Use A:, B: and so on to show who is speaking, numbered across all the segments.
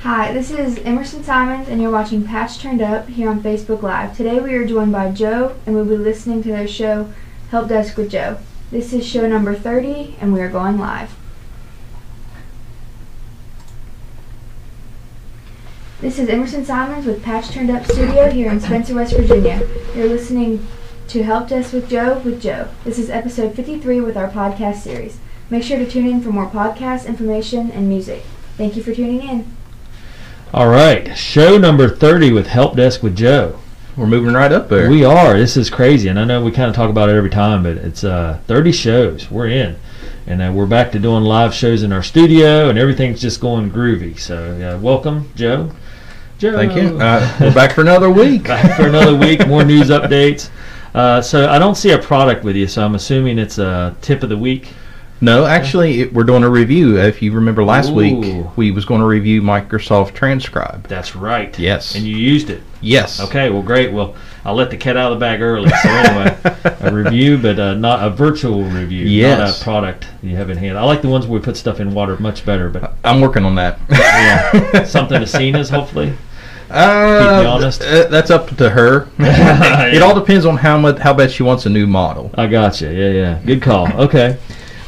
A: Hi, this is Emerson Simons, and you're watching Patch Turned Up here on Facebook Live. Today we are joined by Joe, and we'll be listening to their show, Help Desk with Joe. This is show number 30, and we are going live. This is Emerson Simons with Patch Turned Up Studio here in Spencer, West Virginia. You're listening to Help Desk with Joe with Joe. This is episode 53 with our podcast series. Make sure to tune in for more podcast information and music. Thank you for tuning in.
B: All right, show number 30 with Help Desk with Joe.
C: We're moving right up there.
B: We are. This is crazy, and I know we kind of talk about it every time, but it's uh, 30 shows. We're in, and uh, we're back to doing live shows in our studio, and everything's just going groovy. So, uh, welcome, Joe. Joe,
C: Thank you. Uh, we're back for another week.
B: back for another week. More news updates. Uh, so, I don't see a product with you, so I'm assuming it's a tip of the week.
C: No, actually, it, we're doing a review. If you remember last
B: Ooh.
C: week, we was going to review Microsoft Transcribe.
B: That's right.
C: Yes.
B: And you used it.
C: Yes.
B: Okay, well, great. Well, I let the cat out of the bag early. So anyway, a review, but uh, not a virtual review, not
C: Yes.
B: a product you have in hand. I like the ones where we put stuff in water much better, but
C: I'm working on that.
B: yeah, something to seen is hopefully.
C: Uh,
B: Keep me honest.
C: uh, that's up to her. It all depends on how much, how bad she wants a new model.
B: I gotcha. Yeah, yeah. Good call. Okay.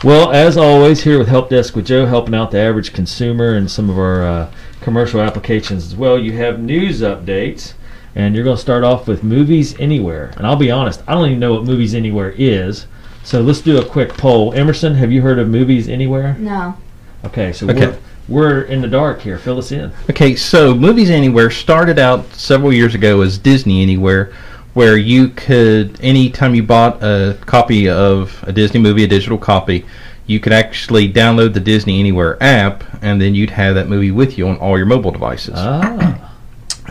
B: Well, as always, here with Help Desk with Joe, helping out the average consumer and some of our uh, commercial applications as well. You have news updates, and you're going to start off with Movies Anywhere. And I'll be honest, I don't even know what Movies Anywhere is. So let's do a quick poll. Emerson, have you heard of Movies Anywhere?
A: No.
B: Okay, so
C: Okay.
B: We're, we're in the dark here. Fill us in.
C: Okay, so Movies Anywhere started out several years ago as Disney Anywhere, where you could, anytime you bought a copy of a Disney movie, a digital copy, you could actually download the Disney Anywhere app, and then you'd have that movie with you on all your mobile devices.
B: Ah,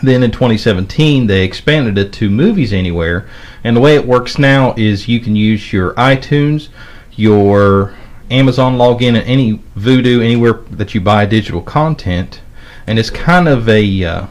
C: Then in 2017, they expanded it to Movies Anywhere, and the way it works now is you can use your iTunes, your Amazon login, and any Voodoo anywhere that you buy digital content, and it's kind of a uh,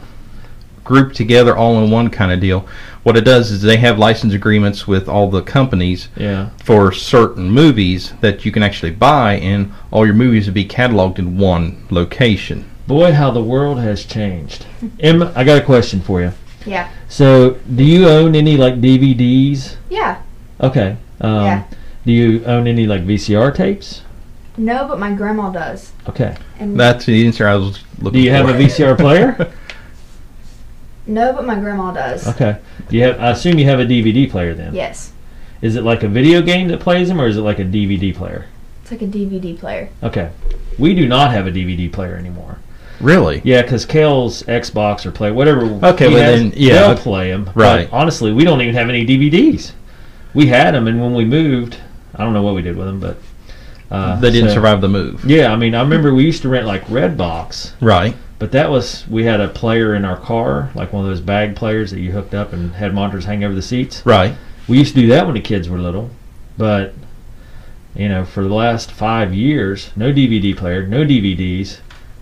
C: group together, all in one kind of deal. What it does is they have license agreements with all the companies
B: yeah.
C: for certain movies that you can actually buy, and all your movies will be cataloged in one location.
B: Boy, how the world has changed. Emma, I got a question for you.
A: Yeah.
B: So, do you own any like DVDs?
A: Yeah.
B: Okay. Um,
A: Yeah.
B: Do you own any like VCR tapes?
A: No, but my grandma does.
B: Okay.
A: And
C: That's the answer I was looking for.
B: Do you have a VCR player?
A: no, but my grandma does.
B: Okay. Do you have? I assume you have a DVD player then.
A: Yes.
B: Is it like a video game that plays them, or is it like a DVD player?
A: It's like a DVD player.
B: Okay. We do not have a DVD player anymore.
C: Really?
B: Yeah, because Kale's Xbox or play whatever.
C: Okay,
B: he
C: well
B: has,
C: then, yeah,
B: they'll
C: okay.
B: play them.
C: Right.
B: honestly, we don't even have any DVDs. We had them, and when we moved, I don't know what we did with them, but uh,
C: They didn't
B: so-
C: survive the move.
B: Yeah, I mean, I remember we used to rent like Redbox,
C: Right.
B: But that was we had a player in our car, like one of those bag players that you hooked up and had monitors hang over the seats.
C: Right.
B: We used to do that when the kids were little, but you know, for the last five years, no DVD player, no DVDs.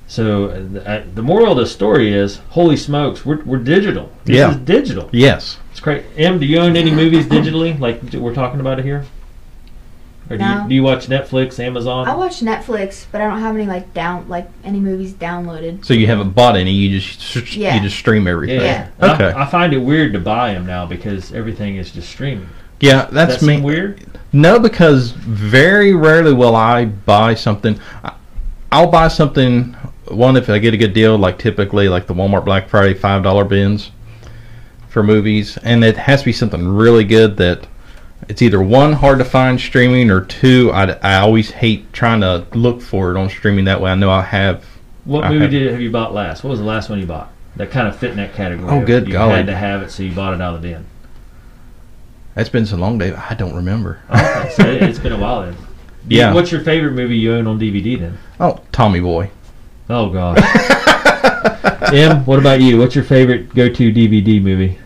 B: So uh, th- uh, the moral of the story is, holy smokes, we're, we're digital. This
C: Yeah.
B: is digital.
C: Yes.
B: It's great. Em, do you own any movies digitally, like that we're talking about it here? Or do,
A: No.
B: you, do you watch Netflix, Amazon?
A: I watch Netflix, but I don't have any like down like any movies downloaded.
C: So you haven't bought any. You just
A: Yeah.
C: you just stream everything.
B: yeah.
C: Yeah.
B: And I-
C: Okay.
B: I find it weird to buy them now because everything is just streaming.
C: Yeah, that's
B: That's
C: me.
B: weird.
C: No, because very rarely will I buy something. I- I'll buy something one if I get a good deal, like typically like the Walmart Black Friday five dollar bins for movies, and it has to be something really good that it's either one hard to find streaming or two I, I always hate trying to look for it on streaming. That way I know I have
B: What
C: I
B: movie
C: have-
B: did have you bought last? What was the last one you bought? That kind of fit in that category.
C: Oh,
B: of
C: good
B: you
C: golly.
B: had to have it, so you bought it out of the den.
C: That's been so long, Dave. I don't remember.
B: Okay, so it, it's been a while then. Do you-
C: Yeah.
B: What's your favorite movie you own on DVD then?
C: Oh, Tommy Boy.
B: Oh God. Em, what about you? What's your favorite go-to DVD movie?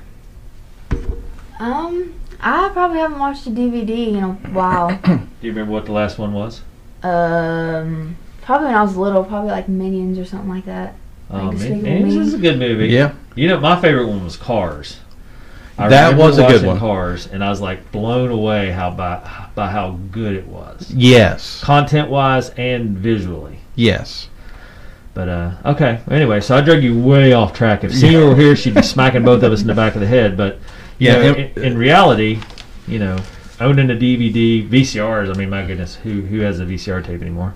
A: Um, I probably haven't watched a DVD in a while.
B: Do you remember what the last one was?
A: um, probably when I was little, probably like Minions or something like that.
B: Oh,
A: Thanks,
B: man,
A: Big
B: this is a good movie.
C: Yeah.
B: You know, my favorite one was Cars. I
C: That
B: remember
C: was a good
B: watching
C: one.
B: Cars, and I was like blown away how by by how good it was,
C: Yes.
B: content wise and visually.
C: Yes.
B: But uh, okay. Anyway, so I drug you way off track. If Senior were here, she'd be smacking both of us in the back of the head. But you
C: Yeah,
B: know,
C: it-
B: in, in reality, you know, owning a DVD, VCRs. I mean, my goodness, who who has a VCR tape anymore?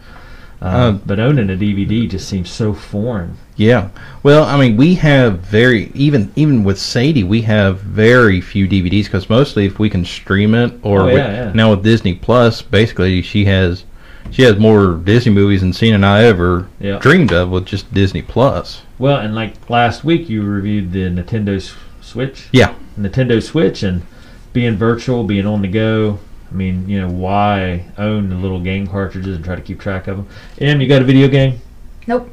B: Uh,
C: Um,
B: but owning a DVD just seems so foreign.
C: Yeah. Well, I mean, we have very even even with Sadie, we have very few DVDs because mostly if we can stream it or
B: Oh,
C: we-
B: yeah, yeah.
C: now with Disney Plus, basically she has she has more Disney movies than Cena and I ever
B: Yeah.
C: dreamed of with just Disney Plus.
B: Well, and like last week, you reviewed the Nintendo S- Switch.
C: Yeah.
B: Nintendo Switch and being virtual, being on the go. I mean, you know, why own the little game cartridges and try to keep track of them? Em, you got a video game?
A: Nope.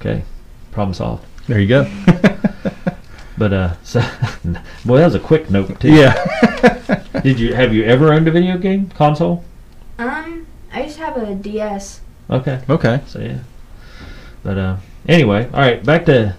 B: Okay, problem solved.
C: There you go.
B: But uh, so, boy, that was a quick note too.
C: yeah.
B: Did you have you ever owned a video game console?
A: Um, I just have a DS.
B: Okay.
C: okay.
B: So yeah. But uh, anyway, all right, back to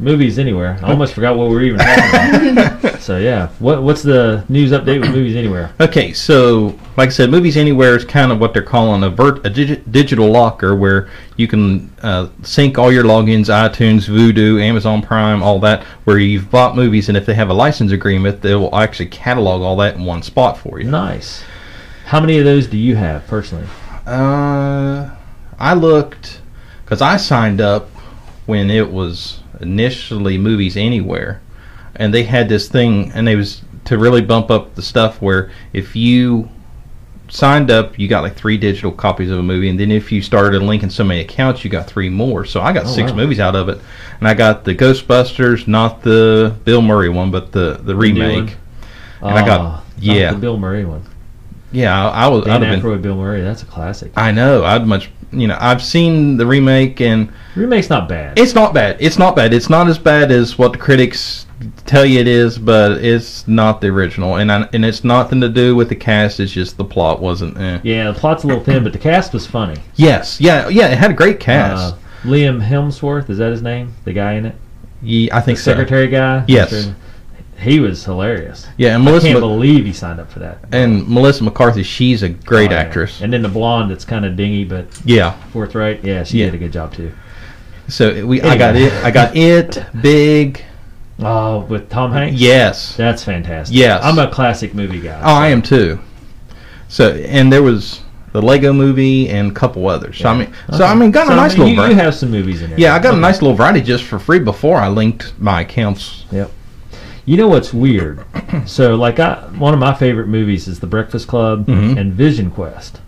B: movies anywhere. I almost forgot what we were even talking about. so yeah, what what's the news update with movies anywhere?
C: Okay, so like I said, Movies Anywhere is kind of what they're calling a, vert, a digi- digital locker where you can uh, sync all your logins, iTunes, Vudu, Amazon Prime, all that, where you've bought movies, and if they have a license agreement, they will actually catalog all that in one spot for you.
B: Nice. How many of those do you have personally?
C: Uh, I looked because I signed up when it was initially Movies Anywhere, and they had this thing, and they was to really bump up the stuff where if you signed up, you got like three digital copies of a movie, and then if you started linking so many accounts, you got three more. So I got
B: Oh,
C: six
B: wow.
C: movies out of it, and I got the Ghostbusters, not the Bill Murray one, but the the
B: new one?
C: remake. And I got-
B: Ah, not
C: yeah.
B: the Bill Murray one.
C: Yeah, I, I was.
B: Dan
C: I'd have been,
B: Aykroyd, Bill Murray. That's a classic.
C: I know. I'd much. You know, I've seen the remake and.
B: Remake's not bad.
C: It's not bad. It's not bad. It's not as bad as what the critics tell you it is, but it's not the original, and I, and it's nothing to do with the cast. It's just the plot wasn't. Eh.
B: yeah, the plot's a little thin, but the cast was funny.
C: Yes, yeah, yeah. It had a great cast.
B: Uh, Liam Hemsworth is that his name? The guy in it,
C: Ye I
B: the
C: think so.
B: secretary guy.
C: Yes.
B: Mr. He was hilarious.
C: Yeah, and
B: I
C: Melissa
B: can't
C: Ma-
B: believe he signed up for that.
C: and Melissa McCarthy. She's a great
B: Oh, yeah.
C: actress.
B: And then the blonde that's kind of dingy but
C: Yeah.
B: forthright. Yeah, she
C: Yeah.
B: did a good job too.
C: So we, I got
B: Anyway.
C: it. I got it. Big.
B: Oh, with Tom Hanks.
C: Yes.
B: that's fantastic.
C: Yes.
B: I'm a classic movie guy.
C: Oh, I am too. So and there was the Lego movie and a couple others. So I mean, so
B: Okay.
C: I mean, got
B: So, I
C: a nice
B: mean,
C: little.
B: you,
C: break.
B: you have some movies in there.
C: Yeah, I got
B: Okay.
C: a nice little variety just for free before I linked my accounts.
B: Yep. You know what's weird? so, like, I, one of my favorite movies is The Breakfast Club
C: Mhm.
B: and Vision Quest.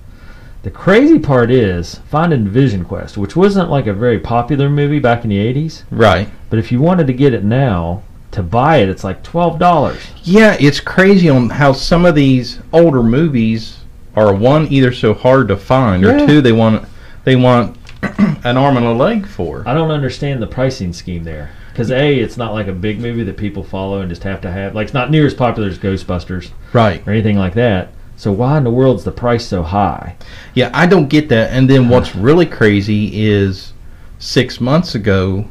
B: The crazy part is finding Vision Quest, which wasn't like a very popular movie back in the 80s,
C: Right.
B: but if you wanted to get it now, to buy it, it's like $12.
C: Yeah, it's crazy on how some of these older movies are one either so hard to find
B: Yeah.
C: or two they want they want an arm and a leg for.
B: I don't understand the pricing scheme there. Because, A, it's not like a big movie that people follow and just have to have. Like, it's not near as popular as Ghostbusters
C: Right.
B: or anything like that. So, why in the world's the price so high?
C: Yeah, I don't get that. And then what's really crazy is six months ago,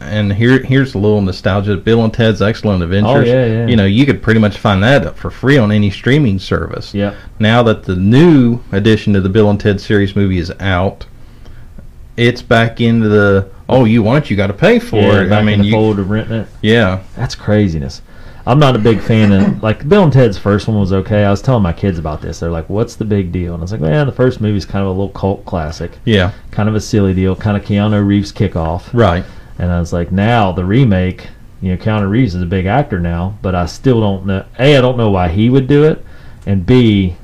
C: and here here's a little nostalgia. Bill and Ted's Excellent Adventures.
B: Oh, yeah, yeah.
C: You know, you could pretty much find that up for free on any streaming service.
B: Yep.
C: Now that the new edition of the Bill and Ted series movie is out, it's back into the oh, you want it, you got to pay for
B: yeah,
C: it.
B: back
C: I mean,
B: in the
C: you,
B: fold of renting it.
C: yeah,
B: That's craziness. I'm not a big fan of like Bill and Ted's first one was okay. I was telling my kids about this. They're like, "What's the big deal?" And I was like, "Man, the first movie's kind of a little cult classic,
C: yeah,
B: kind of a silly deal, kind of Keanu Reeves kickoff."
C: right,
B: And I was like, "Now the remake, you know, Keanu Reeves is a big actor now, but I still don't know. A, I don't know why he would do it, and B,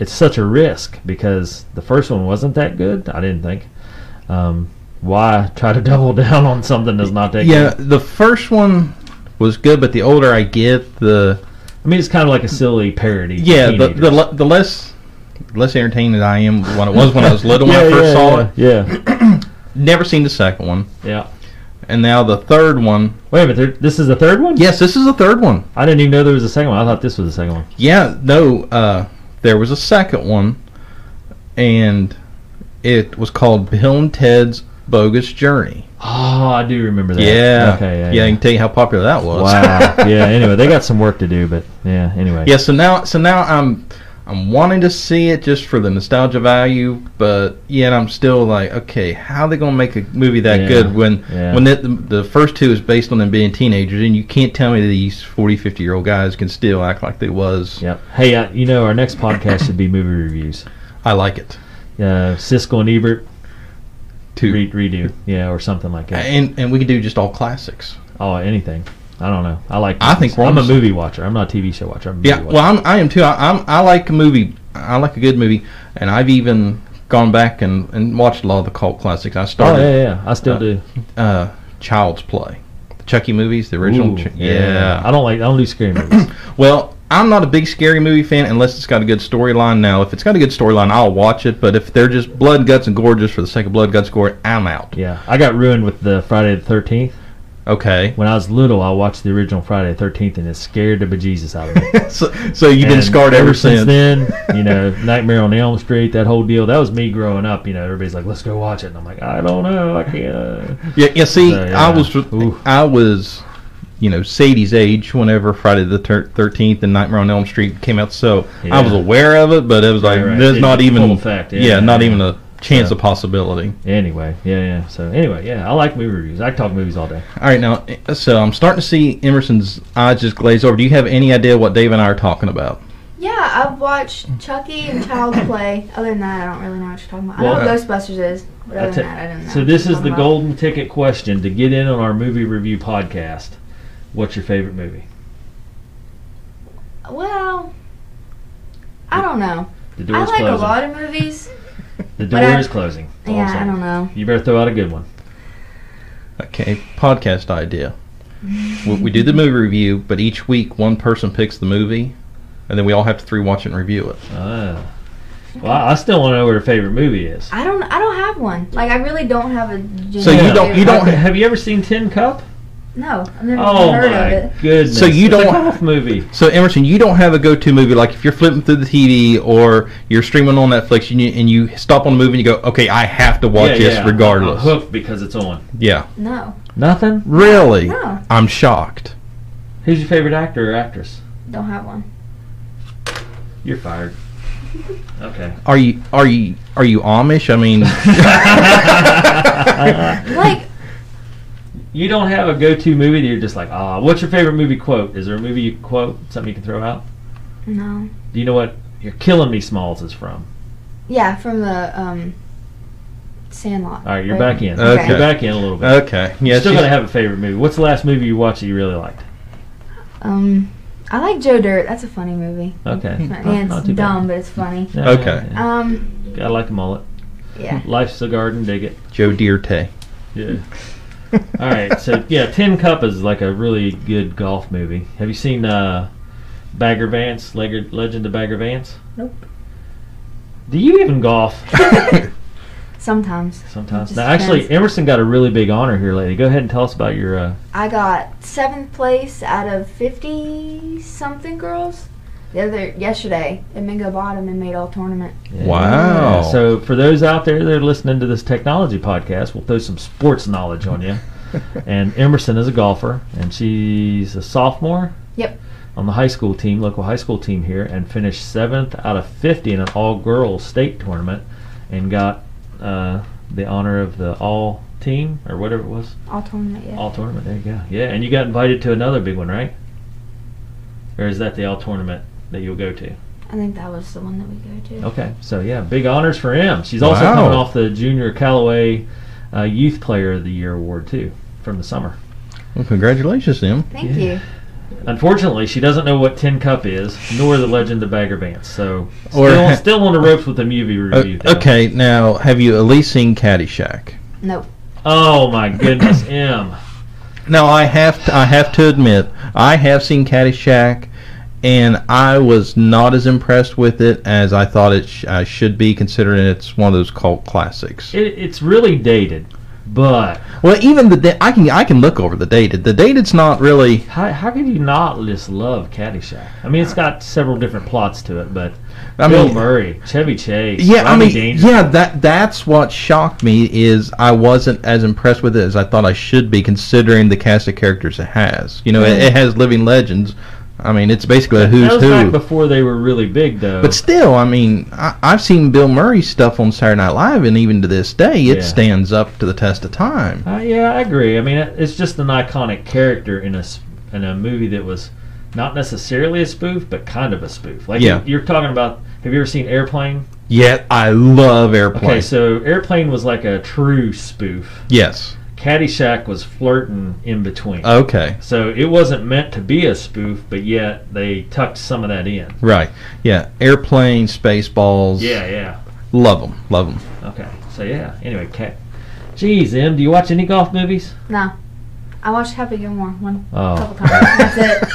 B: it's such a risk because the first one wasn't that good. I didn't think. Um, why try to double down on something that's not that good?
C: yeah. The first one was good, but the older I get, the
B: I mean, it's kind of like a silly parody. for
C: Yeah, the,
B: teenagers.
C: the le- the less less entertained that I am when it was when I was little when I first saw it.
B: yeah, Yeah,
C: Never seen the second one,
B: yeah.
C: and now the third one.
B: Wait a minute. There, this is the third one.
C: Yes, this is the third one.
B: I didn't even know there was a second one. I thought this was the second one.
C: Yeah, no, uh, there was a second one, and it was called Bill and Ted's Bogus Journey.
B: Oh, I do remember that.
C: Yeah,
B: Okay. Yeah.
C: I
B: yeah.
C: can tell you how popular that was.
B: Wow. yeah. Anyway, they got some work to do, but yeah. Anyway.
C: Yeah, so now so now I'm I'm wanting to see it just for the nostalgia value, but yet I'm still like, okay, how they gonna make a movie that
B: Yeah,
C: good when
B: yeah.
C: when it, the first two is based on them being teenagers, and you can't tell me these 40, 50 year old guys can still act like they was.
B: Yep. Hey, uh, you know, our next podcast should be movie reviews.
C: I like it.
B: Uh, Siskel and Ebert
C: Two.
B: re- redo, yeah, or something like that.
C: And and we could do just all classics.
B: Oh, anything. I don't know. I like.
C: I think
B: movies. I'm a
C: Ron's-
B: movie watcher. I'm not a TV show watcher. I'm a movie
C: Yeah,
B: watcher.
C: well, I'm, I am too. I, I'm, I like a movie. I like a good movie, and I've even gone back and, and watched a lot of the cult classics. I
B: Oh
C: started
B: yeah, yeah, yeah. I still
C: Uh,
B: do.
C: Uh, Child's Play, the Chucky movies, the original.
B: Ooh,
C: Ch- yeah. Uh,
B: I don't like. I don't do scary movies.
C: Well, I'm not a big scary movie fan unless it's got a good storyline. Now, if it's got a good storyline, I'll watch it. But if they're just blood, guts, and gore just for the sake of blood, guts, gore, I'm out.
B: yeah, I got ruined with the Friday the Thirteenth.
C: Okay.
B: When I was little, I watched the original Friday the Thirteenth, and it scared the bejesus out of me.
C: so, so you've been
B: And
C: scarred ever since.
B: then, you know, Nightmare on Elm Street, that whole deal. That was me growing up. You know, everybody's like, "Let's go watch it," and I'm like, "I don't know, I can't." uh."
C: Yeah, yeah. See,
B: So, yeah.
C: I was,
B: Oof.
C: I was, you know, Sadie's age whenever Friday the Thirteenth and Nightmare on Elm Street came out. So I was
B: Yeah.
C: aware of it, but it was like
B: Right, right.
C: there's
B: It-
C: not even
B: full effect, yeah, yeah,
C: not
B: yeah.
C: even a chance
B: So-
C: of possibility.
B: Anyway, yeah, yeah. So anyway, yeah, I like movie reviews. I can talk movies all day.
C: All right, now, so I'm starting to see Emerson's eyes just glaze over. Do you have any idea what Dave and I are talking about?
A: Yeah, I've watched Chucky and Child's Play. Other than that, I don't really know what you're talking about.
B: Well,
A: I know
B: uh,
A: what Ghostbusters is, but other
B: That's
A: than
B: it.
A: that, I don't know.
B: So
A: what
B: this
A: you're
B: is the
A: talking about.
B: golden ticket question to get in on our movie review podcast. What's your favorite movie?
A: Well, I don't know.
B: The door
A: I
B: is
A: like a
B: closing.
A: lot of movies.
B: The door
A: but I-
B: is closing. That's all I'm
A: Yeah, I
B: saying.
A: don't know.
B: You better throw out a good one.
C: Okay, podcast idea. we, we do the movie review, but each week one person picks the movie, and then we all have to three watch it and review it.
B: Ah. Well, I I still want to know what her favorite movie is.
A: I don't. I don't have one. Like I really don't have a.
C: So
A: genuine
C: you don't- you
A: favorite.
C: don't-
B: Have, have you ever seen Tin Cup?
A: No, I've never
B: Oh
A: even heard of
B: my
A: it.
B: goodness!
C: So you
B: It's a
C: don't-
B: golf movie?
C: So Emerson, you don't have a go-to movie like if you're flipping through the TV or you're streaming on Netflix and you, and you stop on a movie and you go, okay, I have to watch this regardless.
B: I'm hooked because it's on.
C: yeah,
A: No,
B: Nothing.
C: really,
A: No.
C: I'm shocked.
B: Who's your favorite actor or actress?
A: don't have one.
B: You're fired. Okay.
C: Are you are you are you Amish? I mean,
A: Like
B: You don't have a go-to movie that you're just like, ah, what's your favorite movie quote? Is there a movie you quote something you can throw out?
A: no.
B: Do you know what "You're Killing Me, Smalls" is from?
A: Yeah, from the um, Sandlot.
B: All right, you're
A: right?
B: back in.
C: Okay.
B: You're back in a little bit.
C: okay, yeah,
B: You're still
C: she's-
B: gonna have a favorite movie. What's the last movie you watched that you really liked?
A: Um, I like Joe Dirt. That's a funny movie.
B: Okay.
A: And
B: Not- not
A: it's
B: too bad.
A: dumb, but it's funny.
B: Yeah,
C: Okay.
B: yeah,
A: Um,
B: yeah. Gotta like a mullet.
A: yeah.
B: Life's a garden. Dig it.
C: Joe Dierte.
B: Yeah. All right. So yeah, Tin Cup is like a really good golf movie. Have you seen uh, Bagger Vance? Leg- Legend of Bagger Vance?
A: Nope.
B: Do you even golf?
A: Sometimes
B: Sometimes.
A: Just
B: Now, actually,
A: depends.
B: Emerson got a really big honor here lately. Go ahead and tell us about your. Uh,
A: I got seventh place out of fifty something girls. The other yesterday at Mingo Bottom and made all tournament.
B: yeah.
C: Wow.
B: So, for those out there that are listening to this technology podcast, we'll throw some sports knowledge on you. and Emerson is a golfer, and she's a sophomore.
A: Yep.
B: On the high school team, local high school team here, and finished seventh out of 50 in an all girls state tournament and got uh, the honor of the all team or whatever it was.
A: All tournament. Yeah.
B: All tournament, there you go. Yeah, and you got invited to another big one, right? Or is that the all tournament that you'll go to?
A: I think that was the one that we go to.
B: Okay, so yeah, big honors for him. She's also
C: Wow.
B: coming off the Junior Callaway uh, Youth Player of the Year award too from the summer.
C: Well, congratulations, to him.
A: Thank
B: Yeah.
A: you.
B: Unfortunately, she doesn't know what Tin Cup is, nor the Legend of Bagger Vance. So
C: Or-
B: still, still on the ropes with the movie
C: O-
B: review. though.
C: okay, now have you at least seen Caddyshack?
A: Nope.
B: Oh my goodness, M.
C: Now I have to, I have to admit I have seen Caddyshack, and I was not as impressed with it as I thought it sh- I should be, considering it's one of those cult classics.
B: It, it's really dated, but
C: Well, even the da- I can I can look over the dated. The dated's not really.
B: how how can you not just love Caddyshack? I mean, it's got several different plots to it, but
C: I
B: Bill
C: mean,
B: Murray, Chevy Chase,
C: yeah, I
B: Rodney
C: mean,
B: Dangerfield.
C: yeah, that that's what shocked me is I wasn't as impressed with it as I thought I should be, considering the cast of characters it has. You know, it, it has living legends. I mean, it's basically a
B: that
C: who's
B: was back
C: who.
B: before they were really big, though.
C: But still, I mean, I, I've seen Bill Murray's stuff on Saturday Night Live, and even to this day, it
B: Yeah.
C: stands up to the test of time.
B: Uh, yeah, I agree. I mean, it- it's just an iconic character in a s- in a movie that was not necessarily a spoof, but kind of a spoof. Like
C: Yeah.
B: you're talking about. Have you ever seen Airplane?
C: Yet, I love
B: Okay,
C: Airplane.
B: so Airplane was like a true spoof.
C: yes.
B: Caddyshack was flirting in between.
C: Okay.
B: so it wasn't meant to be a spoof, but yet they tucked some of that in.
C: Right. Yeah. Airplane, Spaceballs.
B: Yeah, yeah.
C: Love them. Love them.
B: Okay. So yeah. Anyway, cat. Jeez, Em, do you watch any golf movies?
A: No. I watched Happy Gilmore one
B: Oh.
A: couple times. That's it.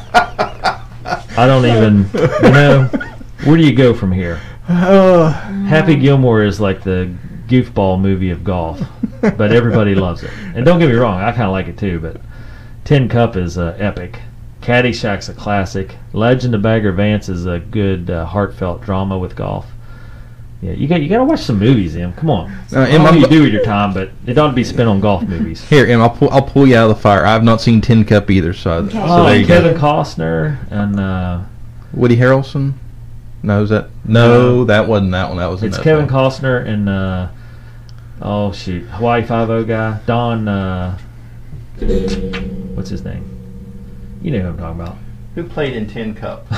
B: I don't even. You know, where do you go from here?
C: Uh,
B: Happy Gilmore is like the goofball movie of golf, but everybody loves it. And don't get me wrong, I kind of like it too. But Tin Cup is uh, epic. Caddyshack's a classic. Legend of Bagger Vance is a good uh, heartfelt drama with golf. Yeah, you got you got to watch some movies, Em. Come on.
C: Uh,
B: I don't
C: Em,
B: know
C: I'm-
B: what you do with your time, but it ought to be spent on golf movies.
C: Here, Em, I'll pull, I'll pull you out of the fire. I've not seen Tin Cup either, so, I- so
B: Oh,
A: Okay.
C: there you
B: Kevin
C: go.
B: Costner and uh,
C: Woody Harrelson? No, is that? No, that wasn't that one. That was
B: it's
C: another
B: Kevin
C: one.
B: Costner and uh, oh shoot, Hawaii Five O guy Don. Uh, what's his name? You know who I'm talking about.
C: Who played in Tin Cup?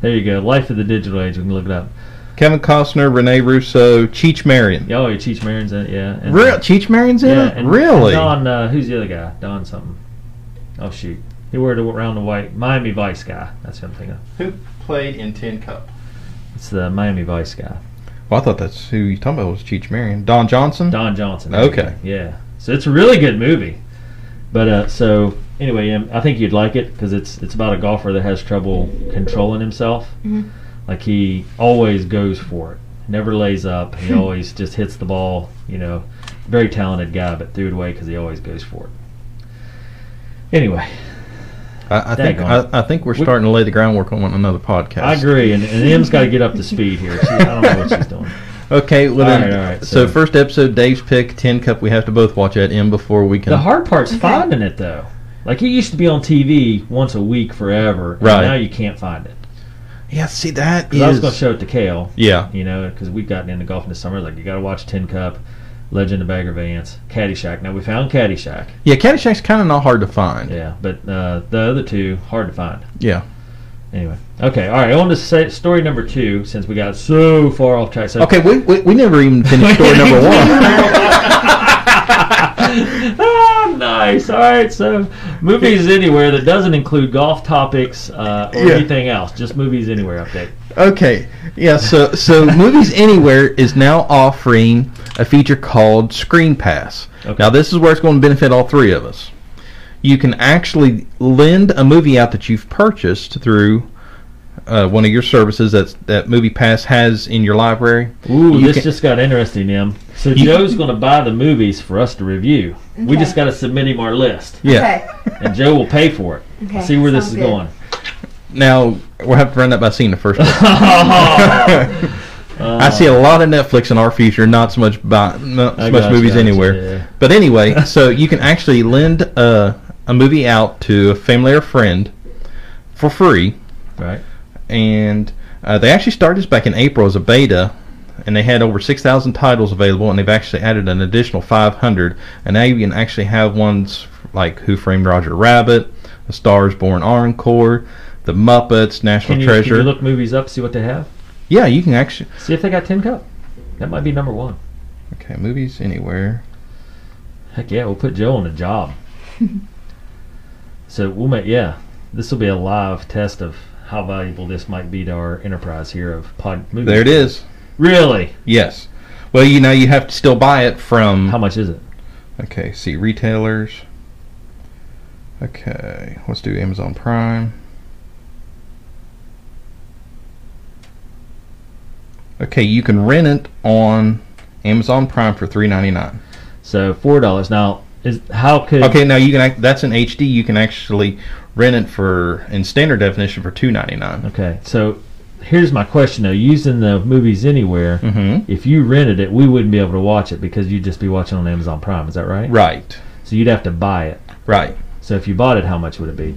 B: There you go. Life of the Digital Age. We can look it up.
C: Kevin Costner, Rene Russo, Cheech Marion.
B: Yeah, Oh, yeah, Cheech Marin's in it. Yeah. And, uh,
C: Real Cheech Marion's in
B: Yeah.
C: it?
B: and
C: really?
B: Don. Uh, who's the other guy? Don something. Oh shoot. He wore it around the white Miami Vice guy. That's what I'm thinking. of.
C: Who played in Tin Cup?
B: It's the Miami Vice guy.
C: Well, I thought that's who you talking about was Cheech Marion. Don Johnson.
B: Don Johnson.
C: Mm-hmm. Okay.
B: Yeah. So it's a really good movie. But uh, so anyway, um, I think you'd like it because it's it's about a golfer that has trouble controlling himself.
C: Mm-hmm.
A: Mhm.
B: Like he always goes for it, never lays up. He always just hits the ball. You know, very talented guy, but threw it away because he always goes for it. Anyway,
C: I, I
B: Dang
C: think
B: on.
C: I, I think we're
B: We-
C: starting to lay the groundwork on another podcast.
B: I agree, and, and Em's got to get up to speed here. She, I don't know what she's doing.
C: Okay, well
B: All
C: then.
B: right, all right,
C: so,
B: so-
C: first episode, Dave's pick, Tin Cup. We have to both watch that in before we can.
B: The hard part's
A: Okay.
B: finding it though. Like it used to be on TV once a week forever, and
C: Right.
B: now you can't find it.
C: yeah, see that
B: 'Cause I was going to
C: is.
B: show it to Kale.
C: Yeah,
B: You know, because we've gotten into golf in the summer. Like, you got to watch Tin Cup, Legend of Bagger Vance, Caddyshack. Now, we found Caddyshack.
C: yeah. Caddyshack's kind of not hard to find.
B: Yeah, but uh, the other two, hard to find.
C: Yeah.
B: Anyway. Okay, all right. I want to say story number two, since we got so far off track. So
C: Okay, we, we, we never even finished story number one.
B: ah, nice. All right. So, movies anywhere that doesn't include golf topics uh, or
C: Yeah.
B: anything else. Just movies anywhere update.
C: Okay, yeah. So so movies anywhere is now offering a feature called Screen Pass.
B: Okay.
C: Now this is where it's going to benefit all three of us. You can actually lend a movie out that you've purchased through uh, one of your services that's, that Movie Pass has in your library.
B: Ooh,
C: You
B: this
C: can-
B: just got interesting, Em. So, Joe's going to buy the movies for us to review. We
A: Okay.
B: just got to submit him our list.
C: Yeah.
B: and Joe will pay for it.
A: Okay,
B: See where this
A: sounds
B: is
A: good.
B: going.
C: Now we'll have to run that by seeing the first one.
B: Oh,
C: I see
B: Uh,
C: a lot of Netflix in our future, not so much by, not
B: I
C: so much
B: gotcha,
C: movies
B: gotcha,
C: anywhere.
B: yeah.
C: But anyway, so you can actually lend a, a movie out to a family or friend for free,
B: right.
C: and uh, they actually started this back in April as a beta, and they had over six thousand titles available, and they've actually added an additional five hundred, and now you can actually have ones like Who Framed Roger Rabbit, The Stars Born Encore, The Muppets, National
B: Can you,
C: Treasure.
B: can you look movies up, see what they have?
C: yeah, you can actually
B: See if they got Tin Cup. That might be number one.
C: okay movies anywhere.
B: Heck yeah, we'll put Joe on a job. so we'll make yeah. This will be a live test of how valuable this might be to our enterprise here of pod movies.
C: There it is.
B: Really?
C: Yes. Well, you know, you have to still buy it from.
B: How much is it?
C: Okay, see retailers. Okay, let's do Amazon Prime. Okay, you can rent it on Amazon Prime for three ninety nine.
B: So four dollars. Now is how could
C: Okay, now you can act, that's an HD. You can actually rent it for in standard definition for two ninety nine.
B: Okay, so here's my question though. Using the movies anywhere,
C: Mm-hmm.
B: if you rented it, we wouldn't be able to watch it because you'd just be watching on Amazon Prime. Is that right?
C: Right,
B: So you'd have to buy it.
C: right.
B: So if you bought it, how much would it be?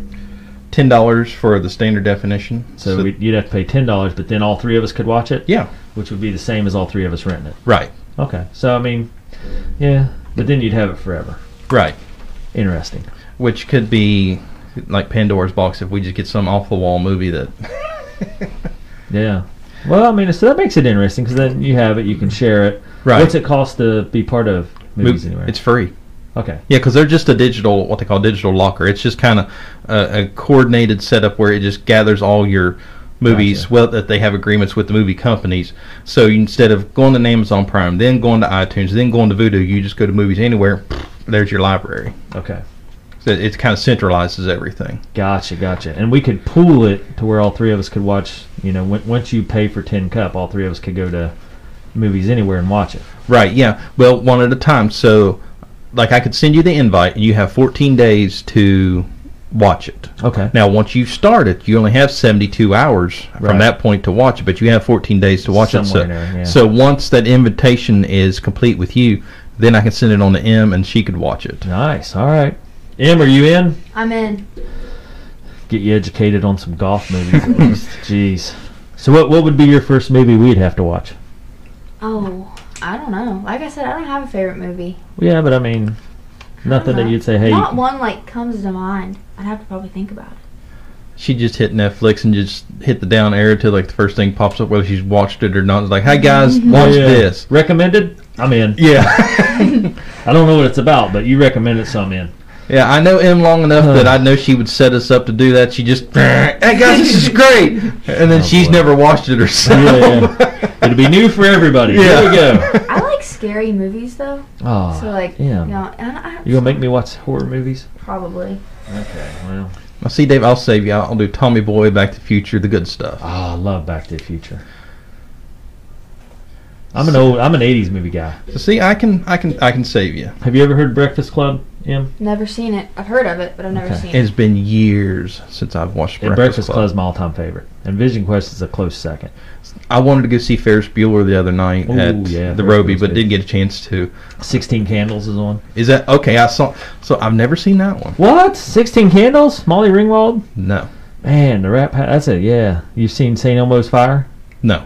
C: ten dollars for the standard definition.
B: So we, you'd have to pay ten dollars, but then all three of us could watch it.
C: yeah,
B: Which would be the same as all three of us renting it.
C: right,
B: Okay. So I mean, yeah, but then you'd have it forever.
C: right.
B: Interesting.
C: Which could be like Pandora's box if we just get some off the wall movie that.
B: Yeah. Well, I mean, so that makes it interesting because then you have it, you can share it.
C: Right.
B: What's it cost to be part of movies anywhere?
C: It's free.
B: okay.
C: Yeah, because they're just a digital, what they call digital locker. It's just kind of a, a coordinated setup where it just gathers all your movies.
B: Gotcha.
C: Well, that they have agreements with the movie companies. So you, instead of going to Amazon Prime, then going to iTunes, then going to Vudu, you just go to Movies Anywhere. There's your library.
B: Okay.
C: So it kind of centralizes everything.
B: Gotcha. Gotcha. And we could pool it to where all three of us could watch. You know, when, once you pay for ten cup, all three of us could go to movies anywhere and watch it.
C: Right. Yeah. Well, one at a time. So, like, I could send you the invite, and you have 14 days to watch it.
B: Okay.
C: Now, once you start it, you only have 72 hours
B: Right.
C: from that point to watch it, but you have 14 days to watch
B: Somewhere
C: it. So,
B: in there, yeah.
C: so once that invitation is complete with you, then I can send it on to M, and she could watch it.
B: Nice. All right. Em, are you in?
A: I'm in.
B: Get you educated on some golf movies at least. Jeez. So what what would be your first movie we'd have to watch?
A: Oh, I don't know. Like I said, I don't have a favorite movie.
B: Yeah, but I mean, nothing that
A: know.
B: you'd say. Hey,
A: Not one like comes to mind. I'd have to probably think about it.
C: She just hit Netflix and just hit the down arrow till like the first thing pops up, whether she's watched it or not. It's like, hey guys, watch
B: yeah.
C: this.
B: recommended. I'm in.
C: Yeah,
B: I don't know what it's about, but you recommend it, so I'm in.
C: yeah. I know M long enough that I know she would set us up to do that. She just, hey guys, this is great, and then
B: Oh,
C: she's
B: boy.
C: never watched it herself.
B: Yeah, It'll be new for everybody. Here we go.
A: I like scary movies though.
B: Oh,
A: So like,
B: yeah.
A: no, and I,
B: You gonna make me watch horror movies?
A: probably.
B: Okay. Well,
C: I see, Dave. I'll save you. I'll do Tommy Boy, Back to the Future, the good stuff.
B: oh, I love Back to the Future. I'm an old. I'm an '80s movie guy.
C: So see, I can, I can, I can save you.
B: Have you ever heard Breakfast Club, Em?
A: Never seen it. I've heard of it, but I've never
B: Okay.
A: seen it.
C: It's been years since I've watched
B: And
C: Breakfast,
B: Breakfast
C: Club.
B: Club is my all-time favorite, and Vision Quest is a close second.
C: I wanted to go see Ferris Bueller the other night
B: Ooh,
C: at
B: yeah,
C: the
B: Ferris
C: Roby,
B: Bueller's
C: but
B: good.
C: didn't get a chance to.
B: Sixteen Candles is on.
C: Is that okay? I saw. So I've never seen that one.
B: What? Sixteen Candles? Molly Ringwald?
C: No,
B: Man, the rap. That's it. Yeah. You've seen St. Elmo's Fire?
C: no.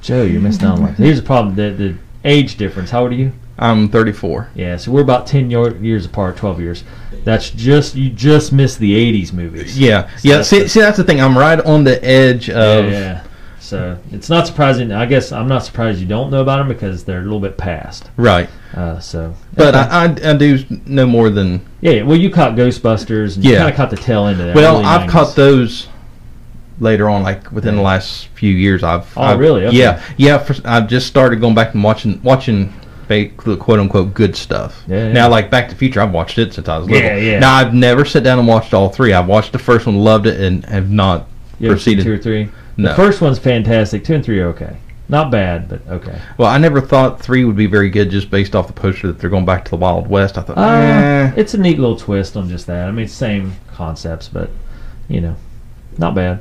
B: Joe, you're missing out on life. Here's the problem: the the age difference. How old are you?
C: I'm 34.
B: Yeah, so we're about ten year, years apart, twelve years. That's just you just missed the '80s movies.
C: Yeah,
B: So
C: yeah.
B: that's
C: See,
B: the-
C: see, that's the thing. I'm right on the edge
B: yeah,
C: of.
B: yeah. So it's not surprising. I guess I'm not surprised you don't know about them because they're a little bit past.
C: Right,
B: Uh, so,
C: but
B: Okay.
C: I, I, I do no more than.
B: yeah, yeah, well, you caught Ghostbusters. And You
C: Yeah.
B: kind of caught the tail end of that.
C: Well,
B: early
C: I've
B: 90s.
C: caught those later on, like within the last few years. I've
B: Oh,
C: I've-
B: really? Okay.
C: Yeah, yeah. For, I've just started going back and watching watching ba- quote unquote good stuff.
B: Yeah, yeah.
C: Now, like Back to the Future, I've watched it since I was little.
B: Yeah, yeah.
C: Now I've never sat down and watched all three. I've watched the first one, loved it, and have not
B: You ever seen
C: proceeded.
B: two or three.
C: No.
B: The first one's fantastic. Two and three are okay. Not bad, but okay.
C: well, I never thought three would be very good just based off the poster that they're going back to the Wild West. I thought,
B: Uh,
C: eh.
B: it's a neat little twist on just that. I mean, same concepts, but you know, not bad.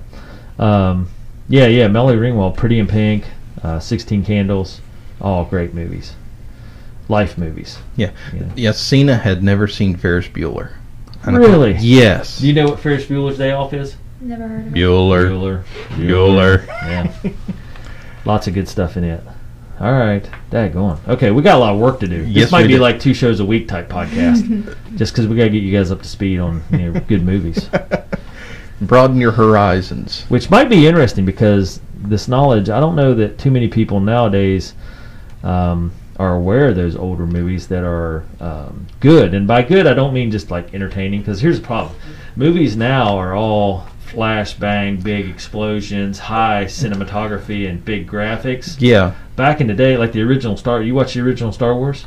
B: Um, yeah, yeah. Melly Ringwald, Pretty in Pink, uh, Sixteen Candles, all great movies, life movies.
C: yeah,
B: yeah.
C: yeah. Cena had never seen Ferris Bueller. And I
B: Really?
C: thought, yes.
B: Do you know what Ferris Bueller's Day Off is?
A: Never heard of it.
C: Bueller.
B: Bueller.
C: Bueller.
B: Yeah. Lots of good stuff in it. All right, that going. Okay, we got a lot of work to do. This
C: Yes,
B: might
C: we
B: be
C: do.
B: like two shows a week type podcast, just because we got to get you guys up to speed on you know, good movies.
C: Broaden your horizons.
B: which might be interesting because this knowledge i don't know that too many people nowadays um, are aware of those older movies that are um, good and by good i don't mean just like entertaining because here's the problem movies now are all flash bang big explosions high cinematography and big graphics
C: Yeah.
B: back in the day like the original star you watch the original star wars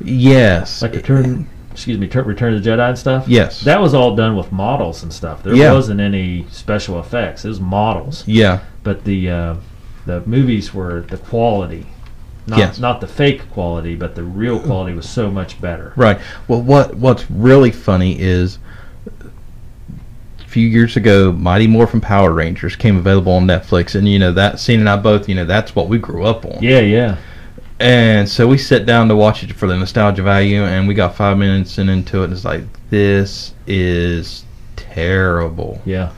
C: Yes.
B: like return excuse me Tur- return of the jedi and stuff
C: Yes.
B: that was all done with models and stuff there
C: Yeah.
B: wasn't any special effects it was models
C: yeah.
B: but the uh, the movies were the quality, not
C: Yes. Uh.
B: not the fake quality, but the real quality was so much better.
C: Right. Well, what what's really funny is a few years ago, Mighty Morphin Power Rangers came available on Netflix, and you know that scene and I both, you know, that's what we grew up on.
B: Yeah, yeah.
C: And so we sat down to watch it for the nostalgia value, and we got five minutes and into it, and it's like this is terrible.
B: Yeah,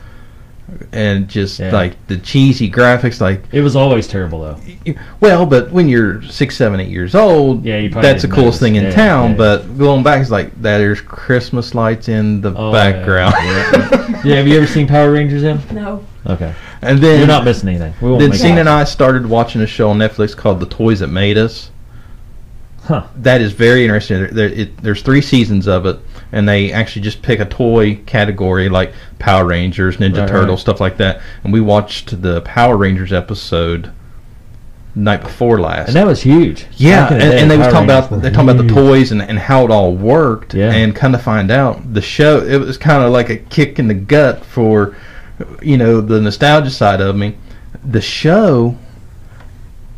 C: And just
B: Yeah.
C: like the cheesy graphics, like
B: it was always terrible though.
C: well, but when you're six, seven, eight years old,
B: Yeah, you probably
C: that's the
B: didn't
C: coolest
B: notice.
C: thing in
B: Yeah,
C: town.
B: yeah.
C: But going back, it's like that. There's Christmas lights in the
B: Oh, yeah.
C: background,
B: Yeah, have you ever seen Power Rangers? Em?
A: No.
B: Okay,
C: and then
B: you're not missing anything. We won't
C: Then
B: make
C: Cena
B: it.
C: and I started watching a show on Netflix called The Toys That Made Us.
B: Huh.
C: That is very interesting. There, there, it, there's three seasons of it, and they actually just pick a toy category like Power Rangers, Ninja
B: Right, right.
C: Turtles, stuff like that. And we watched the Power Rangers episode night before last.
B: and that was huge.
C: yeah,
B: Back in
C: and,
B: the day,
C: and they was
B: Power
C: talking
B: Rangers
C: about
B: were
C: they talking about the
B: huge.
C: toys and, and how it all worked,
B: Yeah.
C: and kind of find out the show. It was kind of like a kick in the gut for, you know, the nostalgia side of me. The show,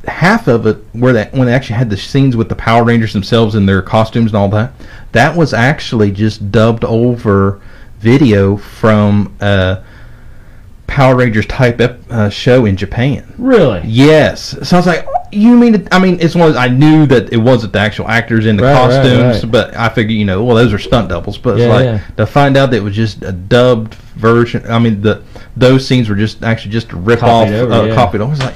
C: half of it where that when they actually had the scenes with the Power Rangers themselves in their costumes and all that, that was actually just dubbed over video from a Power Rangers type ep- uh, show in Japan.
B: Really?
C: Yes. So I was like, you mean? to- I mean, it's one. of- I knew that it wasn't the actual actors in the
B: Right, right,
C: costumes,
B: right.
C: but I figured, you know, well, those are stunt doubles. But
B: Yeah,
C: it's like
B: yeah.
C: to find out that it was just a dubbed version. I mean, the those scenes were just actually just a rip off,
B: Copied over,
C: uh,
B: yeah.
C: copied. I was like,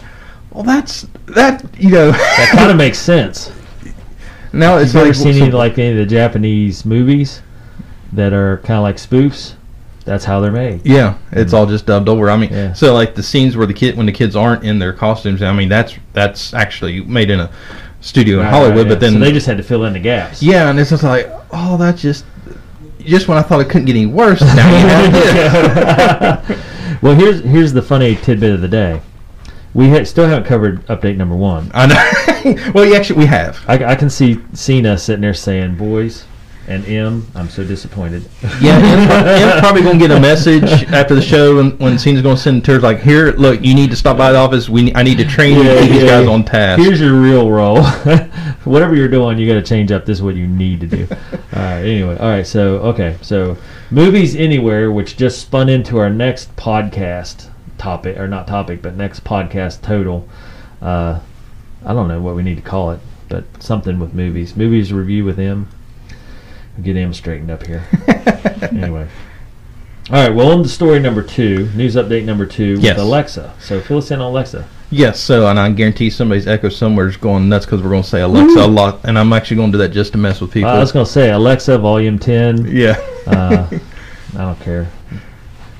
C: well, that's that. You know,
B: That kind of makes sense.
C: now it's
B: You've ever
C: like
B: seen any
C: so-
B: like any of the Japanese movies that are kind of like spoofs? That's how they're made.
C: Yeah, it's all just dubbed over. I mean,
B: Yeah.
C: so like the scenes where the kid when the kids aren't in their costumes. I mean, that's that's actually made in a studio in
B: Right,
C: Hollywood.
B: right, yeah.
C: But then
B: so they just had to fill in the gaps.
C: Yeah, and it's just like, oh, that's just just when I thought it couldn't get any worse. Now you have this.
B: well, here's here's the funny tidbit of the day. We ha- still haven't covered update number one.
C: I know. well, yeah, actually, we have.
B: I, I can see Cena sitting there saying, "Boys." And M, I'm so disappointed.
C: Yeah, I'm probably gonna get a message after the show when, when Cena's gonna send to her like, here, look, you need to stop by the office. We ne- I need to train you to
B: Yeah,
C: keep these
B: yeah,
C: guys
B: yeah.
C: on task.
B: Here's your real role. Whatever you're doing, you got to change up. This is what you need to do. all right. Anyway. All right. So okay. So movies anywhere, which just spun into our next podcast topic, or not topic, but next podcast total. Uh, I don't know what we need to call it, but something with movies. Movies review with him. Get him straightened up here. anyway. All right. Well, on to story number two, news update number two
C: Yes.
B: with Alexa. So fill us in on Alexa.
C: Yes, so and I guarantee somebody's echo somewhere is going nuts because we're gonna say Alexa a lot, and I'm actually gonna do that just to mess with people.
B: I was gonna say Alexa, Volume Ten.
C: yeah.
B: Uh, I don't care.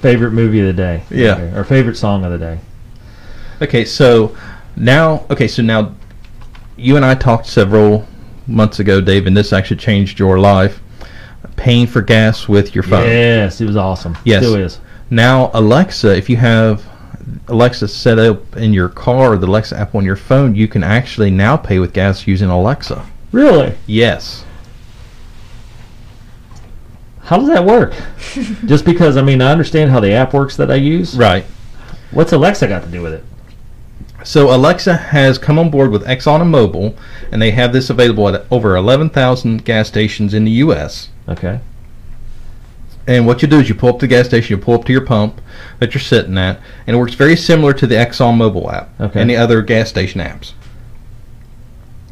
B: Favorite movie of the day.
C: Yeah.
B: Okay, Or favorite song of the day.
C: Okay, so now, okay, so now you and I talked several months ago, Dave, and this actually changed your life. Paying for gas with your phone.
B: Yes, it was awesome.
C: Yes.
B: Still is.
C: Now, Alexa, if you have Alexa set up in your car or the Alexa app on your phone, you can actually now pay with gas using Alexa.
B: Really?
C: Yes.
B: How does that work? Just because I mean I understand how the app works that I use.
C: Right.
B: What's Alexa got to do with it?
C: So Alexa has come on board with Exxon and Mobil, and they have this available at over 11,000 gas stations in the U.S.
B: Okay.
C: And what you do is you pull up to the gas station, you pull up to your pump that you're sitting at, and it works very similar to the Exxon Mobil app
B: Okay.
C: and the other gas station apps.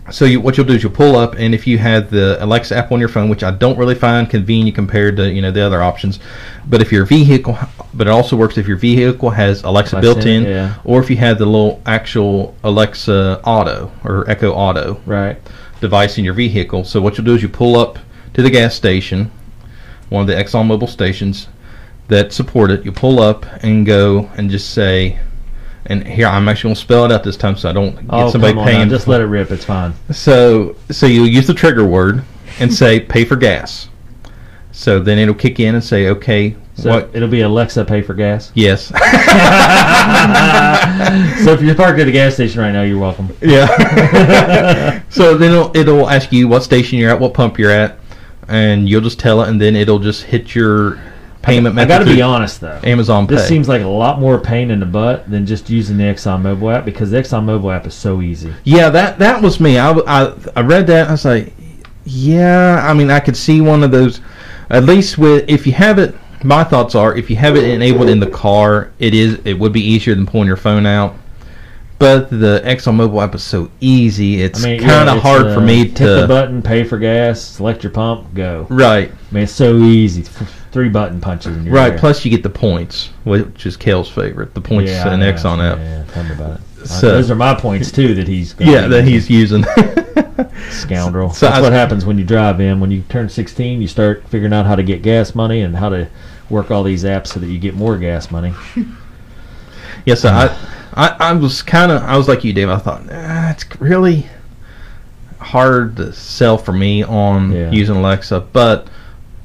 C: So you, what you'll do is you'll pull up, and if you had the Alexa app on your phone, which I don't really find convenient compared to you know the other options, but if your vehicle, but it also works if your vehicle has Alexa,
B: Alexa,
C: built in,
B: yeah.
C: or if you had the little actual Alexa Auto or Echo Auto
B: Right.
C: device in your vehicle. So what you'll do is you pull up to the gas station, one of the ExxonMobil stations that support it. You pull up and go and just say, and here I'm actually going to spell it out this time so I don't get
B: Oh,
C: somebody
B: come on
C: paying.
B: now, Just let it rip. It's fine.
C: So so you'll use the trigger word and say pay for gas. So then it'll kick in and say, okay,
B: So
C: what?
B: it'll be Alexa pay for gas.
C: Yes.
B: so if you're parked at a gas station right now, you're welcome.
C: Yeah. so then it'll, it'll ask you what station you're at, what pump you're at, and you'll just tell it, and then it'll just hit your payment
B: I
C: method.
B: got to be
C: through
B: honest though.
C: Amazon Pay.
B: This seems like a lot more pain in the butt than just using the Exxon Mobil app because the Exxon Mobil app is so easy.
C: yeah, that that was me. I, w- I- I read that. I was like, yeah. I mean, I could see one of those. At least with if you have it, my thoughts are if you have it enabled in the car, it is it would be easier than pulling your phone out both of the ExxonMobil apps so easy. It's
B: I mean, yeah,
C: kind of
B: it's,
C: hard
B: uh,
C: for me
B: hit the
C: to.
B: button, pay for gas, select your pump, go.
C: Right,
B: I mean, it's so easy. F- Three button punches. And you're
C: right.
B: there.
C: Plus, you get the points, which is Kel's favorite. The points
B: Yeah, I
C: in
B: know.
C: Exxon app.
B: Yeah, tell me about it. Uh,
C: So-
B: Those are my points too that he's got.
C: Yeah, that he's using.
B: scoundrel.
C: So
B: That's
C: I-
B: what happens when you drive in. When you turn 16, you start figuring out how to get gas money and how to work all these apps so that you get more gas money.
C: Yes, I, I, I was kind of, I was like you, Dave. I thought nah, it's really hard to sell for me on
B: Yeah.
C: using Alexa, but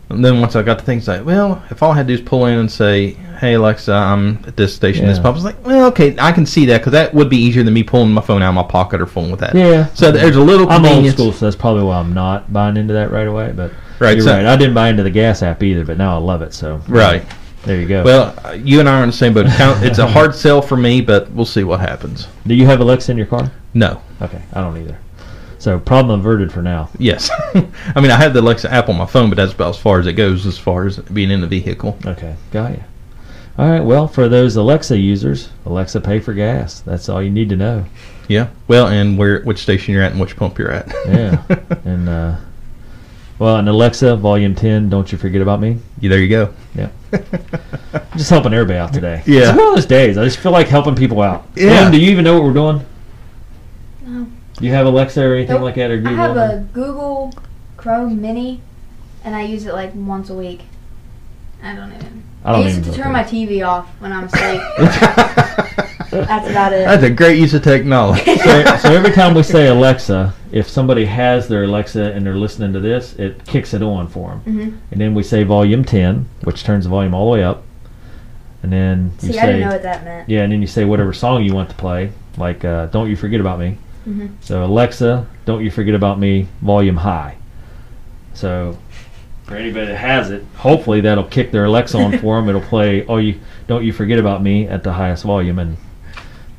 C: then once I got to things like, well, if all I had to do is pull in and say, "Hey Alexa, I'm at this station, this
B: Yeah.
C: pump," I was like, well, okay, I can see that because that would be easier than me pulling my phone out of my pocket or fooling with that.
B: Yeah.
C: So there's a little
B: I'm old
C: convenience.
B: school, so that's probably why I'm not buying into that right away. But
C: Right,
B: you're
C: so-
B: right. I didn't buy into the gas app either, but now I love it. So
C: Right.
B: there you go.
C: Well, uh, you and I are in the same boat. It's kind of- it's a hard sell for me, but we'll see what happens.
B: do you have Alexa in your car?
C: No.
B: Okay, I don't either. So problem averted for now.
C: Yes. I mean, I have the Alexa app on my phone, but that's about as far as it goes as far as being in the vehicle.
B: Okay, got you. All right. Well, for those Alexa users, Alexa pay for gas. That's all you need to know.
C: Yeah. Well, and where which station you're at and which pump you're at.
B: Yeah. and uh, well, and Alexa, volume ten. Don't you forget about me.
C: Yeah, there you go.
B: Yeah. I'm just helping everybody out today.
C: Yeah.
B: It's one of those days. I just feel like helping people out.
C: Yeah.
B: Em, do you even know what we're doing?
A: No.
B: Do you have Alexa or anything
A: Nope.
B: like that or
A: I
B: Google?
A: have a Google Chrome Mini, and I use it like once a week. I don't even.
B: I don't
A: use
B: even
A: it to
B: know
A: turn my
B: what
A: TV off when I'm asleep.
C: that's
A: That's about it.
C: a great use of technology.
B: that is. so, so every time we say Alexa, if somebody has their Alexa and they're listening to this, it kicks it on for them.
A: Mhm.
B: And then we say volume 10, which turns the volume all the way up. And then you
A: See,
B: say
A: I didn't know what that meant.
B: Yeah, and then you say whatever song you want to play, like uh, "Don't You Forget About Me."
A: Mhm.
B: So Alexa, "Don't You Forget About Me," volume high. So for anybody that has it, hopefully that'll kick their Alexa on for them. It'll play "Oh You Don't You Forget About Me" at the highest volume, and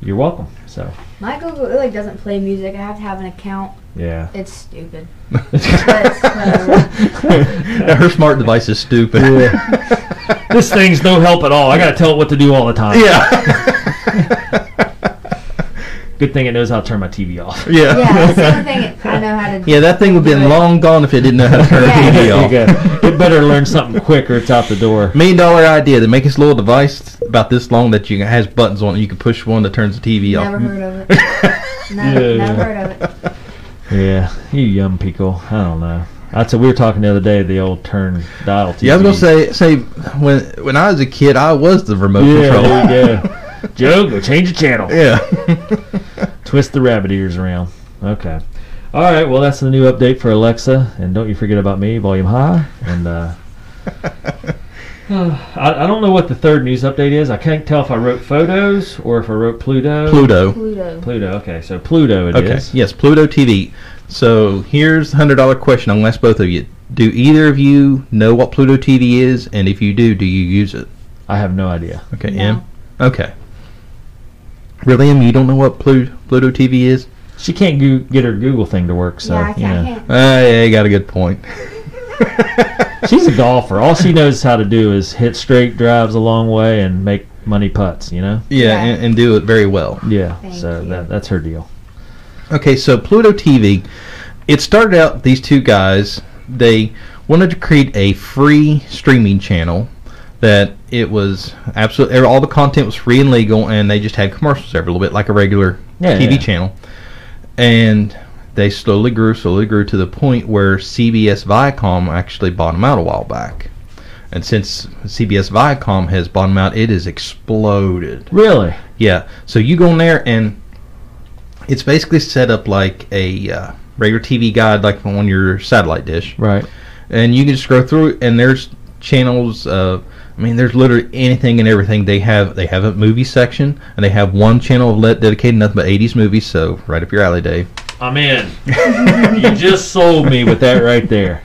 B: you're welcome. So
A: My Google it like doesn't play music. I have to have an account.
B: yeah,
A: It's stupid.
C: Now, her smart device is stupid.
B: this thing's no help at all. I gotta tell it what to do all the time. Good thing it knows how to turn my TV off.
C: yeah. Yeah.
A: Yeah, that's the only thing I know how to do.
C: Yeah, that thing would have been long gone if it didn't know how to turn
A: Yeah.
C: TV
B: There
C: off.
B: you go. It better learn something quick or it's out the door.
C: Million dollar idea to make this little device about this long that you has buttons on it. You can push one that turns the TV
A: Never
C: off.
A: heard of it. No,
B: Yeah.
A: never heard of it.
B: Yeah, you young people. I don't know. That's what we were talking the other day. The old turn dial. TV.
C: Yeah, I was gonna say say when when I was a kid, I was the remote
B: Yeah,
C: control.
B: there you go. Joe, go change the channel.
C: Yeah.
B: Twist the rabbit ears around. Okay. All right. Well, that's the new update for Alexa, and don't you forget about me. Volume high. And uh, I, I don't know what the third news update is. I can't tell if I wrote photos or if I wrote Pluto.
C: Pluto.
A: Pluto.
B: Pluto. Okay, so Pluto it is.
C: Okay. Yes, Pluto TV. So here's the hundred dollar question. I'm gonna ask both of you. Do either of you know what Pluto TV is? And if you do, do you use it?
B: I have no idea.
C: Okay,
A: No.
C: Em. Okay. Really, Em? You don't know what Pluto Pluto TV is?
B: She can't go- get her Google thing to work. So
A: yeah, I can't.
B: you know.
A: I can't.
C: Uh, yeah, you got a good point.
B: She's a golfer. All she knows how to do is hit straight drives a long way and make money putts, you know?
C: Yeah,
A: Yeah.
C: And, and do it very well.
B: Yeah.
A: Thank
B: so
A: you.
B: That, that's her deal.
C: Okay, so Pluto TV, it started out these two guys, they wanted to create a free streaming channel that it was absolutely all the content was free and legal and they just had commercials every little bit like a regular
B: Yeah,
C: TV
B: yeah.
C: channel. And they slowly grew, slowly grew to the point where CBS Viacom actually bought them out a while back. And since CBS Viacom has bought them out, it has exploded.
B: Really?
C: Yeah. So you go in there and it's basically set up like a uh, regular TV guide, like on your satellite dish,
B: Right.
C: and you can just go through it, and there's channels of. I mean, there's literally anything and everything. They have they have a movie section, and they have one channel let dedicated nothing but 80s movies. So right up your alley, Dave.
B: I'm in. you just sold me with that right there.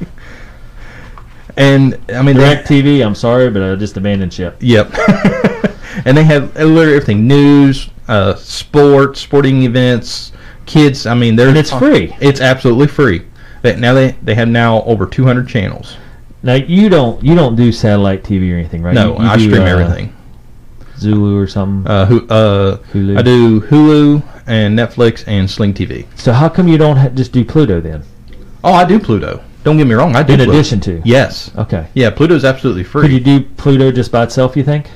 C: And I mean, they,
B: Direct TV, I'm sorry, but I just abandoned ship.
C: Yep. and they have literally everything: news, uh, sports, sporting events, kids. I mean, they're
B: And it's free.
C: It's absolutely free. They, now they they have now over 200 channels.
B: Now you don't you don't do satellite TV or anything, right?
C: No,
B: You- you
C: I
B: do,
C: stream
B: uh,
C: everything.
B: Zulu or something.
C: Uh, who, uh,
B: Hulu.
C: I do Hulu. and Netflix and Sling TV.
B: So how come you don't ha- just do Pluto then?
C: Oh, I do Pluto. Don't get me wrong. I do.
B: In
C: Pluto.
B: addition to.
C: Yes.
B: Okay.
C: Yeah, Pluto's absolutely
B: Could you
C: free.
B: do Pluto just by itself? You think?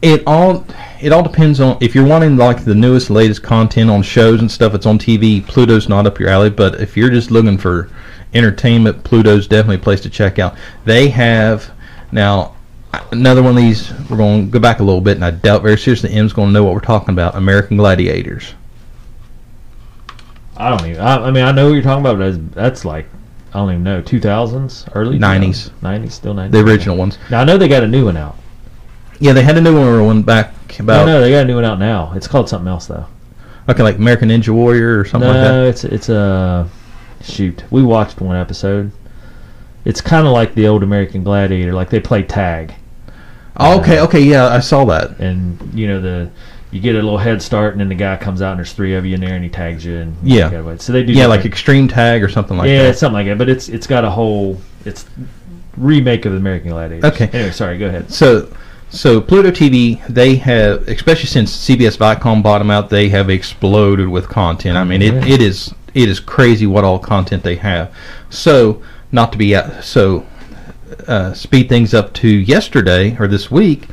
C: It all it all depends on if you're wanting like the newest, latest content on shows and stuff that's on TV. Pluto's not up your alley, but if you're just looking for entertainment, Pluto's definitely a place to check out. They have now another one of these. We're going to go back a little bit, and I doubt very seriously M's going to know what we're talking about. American Gladiators.
B: I don't even. I, I mean, I know what you're talking about, but that's, that's like I don't even know. Two thousands, early
C: 90s.
B: nineties, still nineties.
C: The original ones.
B: Now I know they got a new one out.
C: Yeah, they had a new one one back
B: No,
C: about
B: no, they got a new one out now. It's called something else though.
C: okay, like American Ninja Warrior or something like that.
B: no, it's it's a uh, shoot. We watched one episode. It's kind of like the old American Gladiator. Like they play tag,
C: Oh, okay, okay, yeah, I saw that.
B: and you know the you get a little head start, and then the guy comes out, and there's three of you in there, and he tags you, and you
C: Yeah.
B: gotta wait. So they do
C: Yeah, like
B: different-
C: Extreme Tag or something like
B: yeah,
C: that.
B: something like that. But it's it's got a whole it's remake of the American Gladiator.
C: Okay.
B: Anyway, sorry. Go ahead.
C: So, so Pluto TV, they have, especially since CBS Viacom bought them out, they have exploded with content. I mean, it,
B: Yeah.
C: it is it is crazy what all content they have. So, not to be out, so uh, speed things up to yesterday or this week.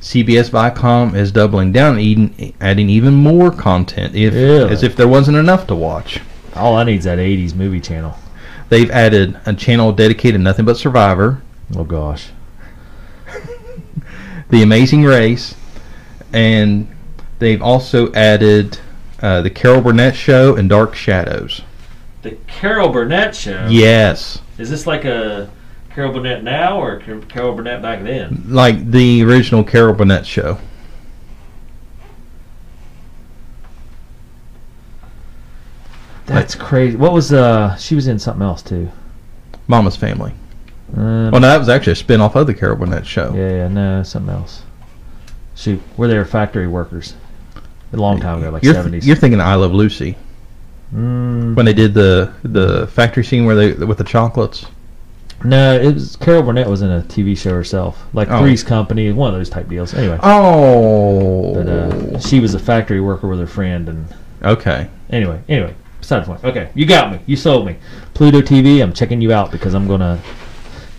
C: CBS Viacom is doubling down, eating, adding even more content, if
B: Really?
C: as if there wasn't enough to watch.
B: All I need is that '80s movie channel.
C: They've added a channel dedicated to nothing but Survivor,
B: Oh gosh.
C: The Amazing Race, and they've also added uh, the Carol Burnett Show and Dark Shadows.
B: The Carol Burnett show.
C: Yes,
B: Is this like a Carol Burnett now or Car- Carol Burnett back then?
C: like the original Carol Burnett Show.
B: That's crazy. What was uh? She was in something else too.
C: Mama's Family.
B: Uh,
C: Well, Oh, no, that was actually a spin-off of the Carol Burnett Show.
B: yeah, yeah, no, something else. Shoot, were they were factory workers? A long time ago, like
C: you're,
B: 70s.
C: you're thinking of I Love Lucy
B: Mm,
C: when they did the the factory scene where they with the chocolates.
B: no, it was Carol Burnett was in a TV show herself, like
C: Oh.
B: Three's Company, one of those type deals. Anyway,
C: Oh,
B: but uh, she was a factory worker with her friend, and
C: okay.
B: Anyway, anyway, besides the point. Okay, you got me. You sold me. Pluto TV, I'm checking you out because I'm gonna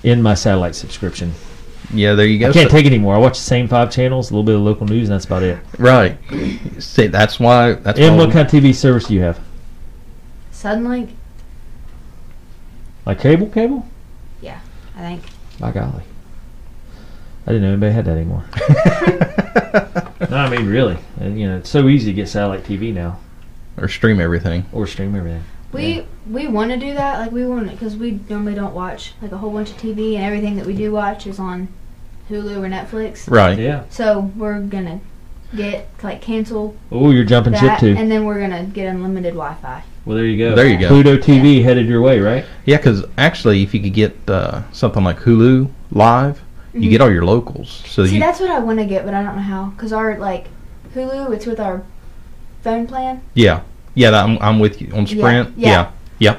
B: end my satellite subscription.
C: Yeah, there you go.
B: I can't
C: So-
B: take it anymore. I watch the same five channels, a little bit of local news, and that's about it.
C: right. See, that's why. That's
B: And
C: why
B: what kind of TV service do you have?
D: Suddenly,
B: Like cable, cable?
D: I think.
B: By golly, I didn't know anybody had that anymore. no, I mean really. And, you know, it's so easy to get satellite TV now
C: or stream everything.
B: or stream everything.
D: We we want to do that, like we want to, because we normally don't watch like a whole bunch of TV, and everything that we do watch is on Hulu or Netflix.
C: Right.
B: Yeah.
D: So we're gonna get like cancel
B: Oh, you're jumping ship
D: that,
B: too.
D: and then we're gonna get unlimited Wi-Fi.
B: Well, there you go.
C: There you go.
B: Pluto TV headed your way, right?
C: Yeah, because actually, if you could get uh, something like Hulu Live, you
D: Mhm.
C: get all your locals. So
D: See,
C: you,
D: that's what I want to get, but I don't know how, because our like Hulu, it's with our phone plan,
C: yeah, yeah, that- I'm, I'm with you on
D: Yeah,
C: Sprint.
D: yeah.
C: Yeah,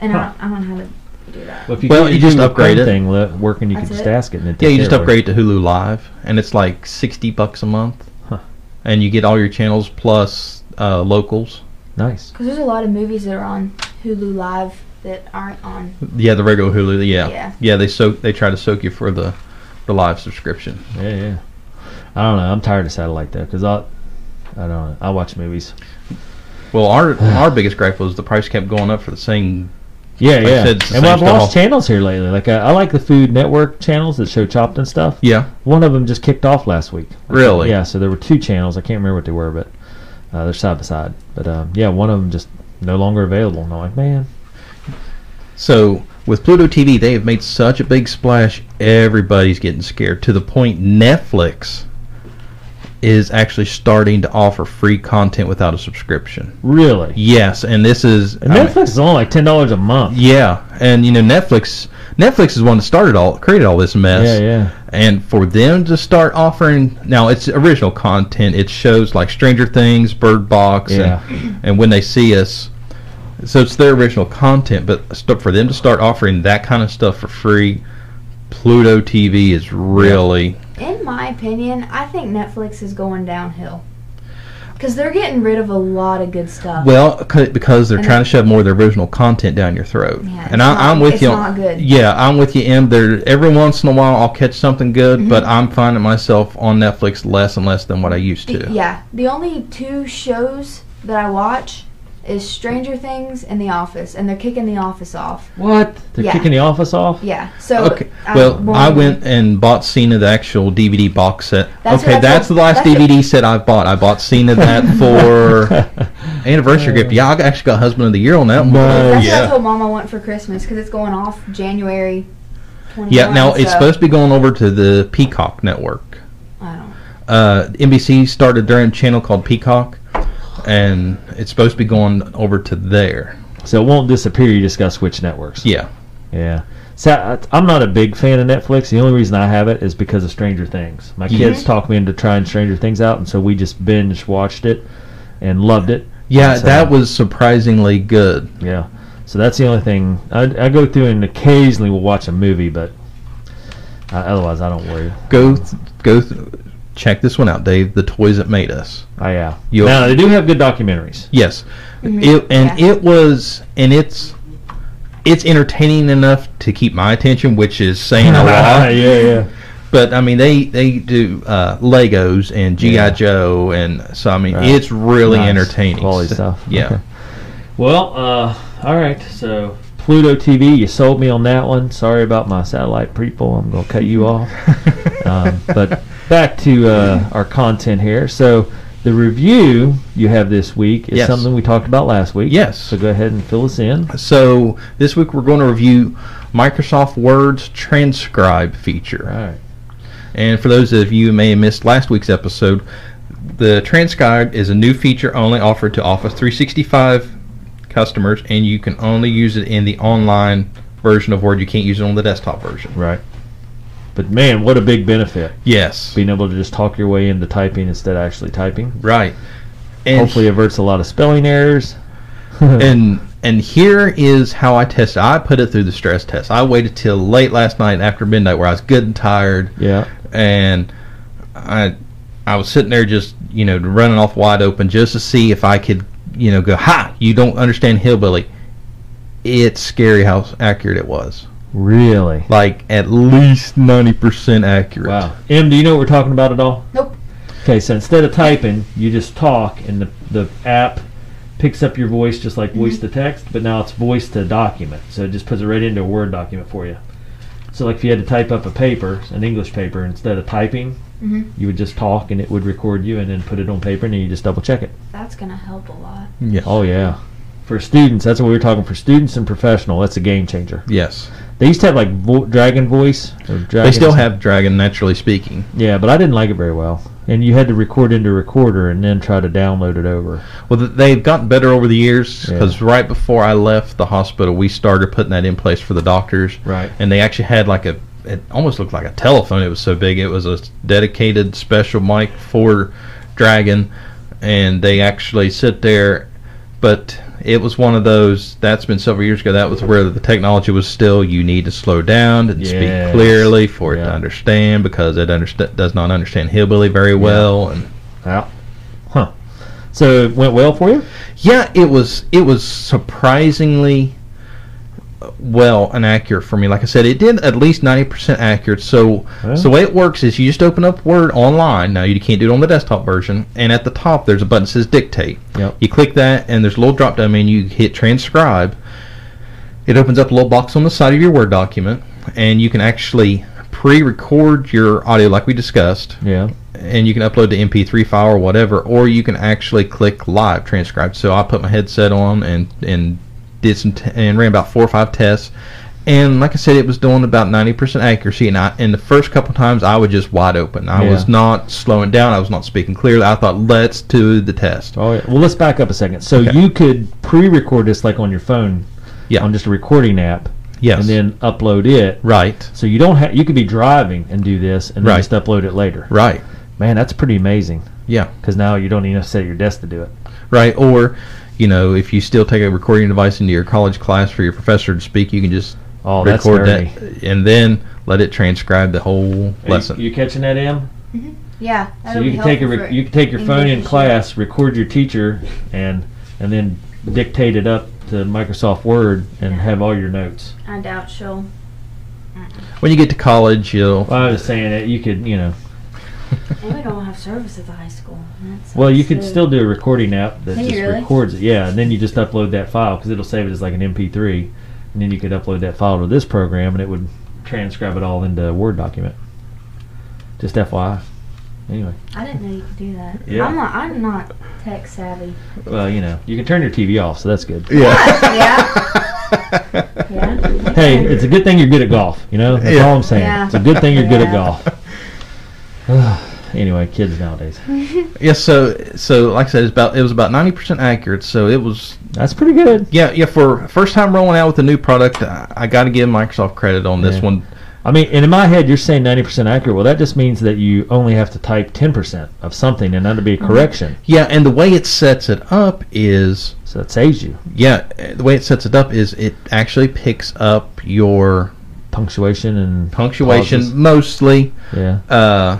D: and
B: Huh.
D: I, don't, I don't know how to do that.
B: Well, if you,
C: Well,
B: get
C: you
B: your
C: just
B: Hulu
C: upgrade
B: Chrome
C: it.
B: thing lo- working, you can
D: That's
B: just
D: it?
B: ask it. And it
C: yeah,
B: takes
C: you just
B: care of it.
C: upgrade to Hulu Live, and it's like sixty bucks a month,
B: Huh.
C: and you get all your channels plus uh, locals.
B: Nice.
D: Because there's a lot of movies that are on Hulu Live that aren't on.
C: Yeah, the regular Hulu. Yeah,
D: Yeah.
C: they soak. They try to soak you for the the live subscription.
B: Yeah, yeah. I don't know. I'm tired of satellite though, because I, I don't know. I watch movies.
C: Well, our our biggest gripe was the price kept going up for the same.
B: Yeah,
C: Like I
B: yeah.
C: said, it's the
B: and well, I've
C: same
B: lost
C: stuff.
B: channels here lately. Like I, I like the Food Network channels that show Chopped and stuff.
C: Yeah,
B: One of them just kicked off last week.
C: Really?
B: Yeah. So there were two channels. I can't remember what they were, but uh, they're side by side. But um, yeah, one of them just no longer available. And I'm like, man,
C: So with Pluto TV, they have made such a big splash. Everybody's getting scared to the point Netflix is actually starting to offer free content without a subscription.
B: really?
C: Yes, and this is
B: And
C: I mean,
B: Netflix is only like ten dollars a month.
C: yeah, and you know Netflix. Netflix is one that started all created all this mess.
B: Yeah, yeah.
C: And for them to start offering now, it's original content. It shows like Stranger Things, Bird Box,
B: Yeah.
C: and, and when they see us. So it's their original content, but st- for them to start offering that kind of stuff for free, Pluto TV is really
D: In my opinion, I think Netflix is going downhill.
A: Because they're getting rid of a lot of good stuff.
C: Well, c- because they're
A: And
C: trying to shove more of their original content down your throat.
A: Yeah, it's
C: and I,
A: not-
C: I'm with
A: it's
C: you.
A: not good.
C: Yeah, I'm with you. And there, every once in a while, I'll catch something good,
A: Mm-hmm.
C: but I'm finding myself on Netflix less and less than what I used
A: The-
C: to.
A: yeah. The only two shows that I watch is Stranger Things and The Office, and they're kicking The Office off.
B: What? They're
A: Yeah.
B: kicking the office off?
A: Yeah. So um,
C: Okay.
A: I'm
C: well,
A: more-
C: I went and bought Cena the actual DVD box set.
A: That's
C: okay,
A: what I
C: that's the
A: thought-
C: last
A: that's what-
C: DVD set I've bought. I bought Cena that for anniversary
B: Oh.
C: gift. Yeah, I actually got Husband of the Year on that. one.
B: No.
A: That's what I
C: yeah.
A: told Mom I want for Christmas because it's going off January. 21,
C: Yeah, now it's
A: so
C: supposed to be going over to the Peacock network.
A: I don't.
C: Uh, NBC started their own channel called Peacock, and it's supposed to be going over to there.
B: So it won't disappear. You just got to switch networks.
C: Yeah,
B: Yeah. So I, I'm not a big fan of Netflix. The only reason I have it is because of Stranger Things. My kids talked me into trying Stranger Things out, and so we just binge watched it and loved it.
C: yeah,
B: So-
C: that was surprisingly good.
B: Yeah. So that's the only thing. I, I go through and occasionally we'll watch a movie, but uh, otherwise I don't worry.
C: Go, th- go, th- check this one out, Dave. The toys that made us.
B: I yeah.
C: You'll-
B: now they do have good documentaries.
C: Yes, it, and
A: Mm-hmm. yeah.
C: it was, and it's, it's entertaining enough to keep my attention, which is saying a
B: yeah,
C: lot.
B: yeah.
C: But I mean, they they do uh, Legos and GI
B: Yeah.
C: Joe, and so I mean,
B: Right.
C: it's really
B: Nice.
C: entertaining.
B: Quality
C: So-
B: stuff.
C: Yeah.
B: Okay. Well, uh, all right. So Pluto TV, you sold me on that one. Sorry about my satellite people. I'm gonna cut you off. um, but back to uh, our content here. So the review you have this week is
C: Yes.
B: something we talked about last week.
C: Yes.
B: So go ahead and fill us in.
C: So this week we're going to review Microsoft Word's transcribe feature.
B: All right.
C: And for those of you who may have missed last week's episode, the transcribe is a new feature only offered to Office 365 customers, and you can only use it in the online version of Word. You can't use it on the desktop version.
B: Right. But man, what a big benefit
C: Yes.
B: being able to just talk your way into typing instead of actually typing.
C: Right. And
B: Hopefully, averts a lot of spelling errors.
C: and and here is how I tested. I put it through the stress test. I waited till late last night after midnight, where I was good and tired,
B: yeah.
C: and I I was sitting there just you know running off wide open just to see if I could you know go ha you don't understand hillbilly. It's scary how accurate it was.
B: Really.
C: Like at least ninety percent accurate.
B: Wow. Em, do you know what we're talking about at all?
A: Nope.
B: Okay, so instead of typing, you just talk, and the, the app picks up your voice just like voice to text, but now it's voice to document. So it just puts it right into a Word document for you. So, like if you had to type up a paper, an English paper, instead of typing,
A: Mhm.
B: you would just talk and it would record you and then put it on paper and then you just double check it.
D: That's gonna help a lot.
C: Yes.
B: Oh, yeah. For students, that's what we were talking for students and professional. That's a game changer.
C: Yes.
B: They used to have like vo- Dragon Voice. Or dragon
C: They still have Dragon naturally speaking.
B: Yeah, but I didn't like it very well. And you had to record into a recorder and then try to download it over.
C: Well, th- they've gotten better over the years
B: Yeah.
C: because right before I left the hospital, we started putting that in place for the doctors.
B: Right.
C: And they actually had like a, it almost looked like a telephone. It was so big. It was a dedicated special mic for Dragon, and they actually sit there. But it was one of those. That's been several years ago. That was where the technology was still. You need to slow down and
B: Yes.
C: speak clearly for it
B: Yeah.
C: to understand because it underst- does not understand hillbilly very well. And
B: Yeah. Huh. So it went well for you?
C: Yeah, it was it was surprisingly uh, well and accurate for me. Like I said, it did at least ninety percent accurate. So
B: Yeah.
C: so the way it works is you just open up Word online. Now you can't do it on the desktop version, and at the top there's a button that says Dictate.
B: Yep.
C: You click that, and there's a little drop down menu. You hit Transcribe. It opens up a little box on the side of your Word document, and you can actually pre-record your audio like we discussed
B: Yeah.
C: and you can upload the MP3 file or whatever, or you can actually click live transcribe. So I put my headset on and and did some t- and ran about four or five tests, and like I said, it was doing about ninety percent accuracy. And I and the first couple times I was just wide open. I was
B: Yeah.
C: not slowing down. I was not speaking clearly. I thought, let's do the test.
B: Oh, yeah. Well, let's back up a second. So
C: Okay.
B: you could pre-record this like on your phone,
C: Yeah.
B: on just a recording app,
C: Yes.
B: and then upload it.
C: right.
B: So you don't have you could be driving and do this, and then
C: Right.
B: just upload it later.
C: Right.
B: Man, that's pretty amazing.
C: Yeah.
B: Because now you don't even have to set your desk to do it.
C: Right. Or, you know, if you still take a recording device into your college class for your professor to speak, you can just
B: Oh, that's
C: record
B: nerdy.
C: that and then let it transcribe the whole
B: Are you-
C: lesson.
A: Mm-hmm.
B: You, catching that, Em?
D: Yeah.
B: So
D: that'll
B: you
D: be
B: can take a
D: helpful
B: re-
D: for-
B: you can take your phone in
D: English.
B: class, record your teacher, and and then dictate it up to Microsoft Word and have all your notes.
D: I doubt she'll.
C: When you get to college, you'll.
B: Well, I was saying that you could you know
D: And we don't have service at the high school. and that
B: well you
D: sucks,
B: could
D: too.
B: still do a recording app that
D: Can you
B: just
D: really?
B: records it. Yeah, and then you just upload that file because it'll save it as like an MP3, and then you could upload that file to this program and it would transcribe it all into a Word document. Just FYI. Anyway,
D: I didn't know you could do that.
B: Yeah.
D: I'm not. I'm not tech savvy.
B: well you know you can turn your TV off, so that's good.
C: yeah.
D: Yeah.
B: Hey, it's a good thing you're good at golf. You know, that's
C: Yeah.
B: all I'm saying.
D: Yeah.
B: It's a good thing you're good at
D: Yeah.
B: golf. anyway, kids nowadays.
C: Yes. So, so like I said, it's about it was about ninety percent accurate. So it was
B: That's pretty good.
C: yeah yeah for first time rolling out with a new product. I, I got to give Microsoft credit on this
B: Yeah.
C: one.
B: I mean, and in my head, you're saying 90% accurate. Well, that just means that you only have to type 10% of something, and that'll be a correction.
C: Yeah, and the way it sets it up is
B: So it saves you
C: yeah the way it sets it up is it actually picks up your
B: punctuation and
C: punctuation
B: pauses.
C: mostly.
B: Yeah.
C: uh,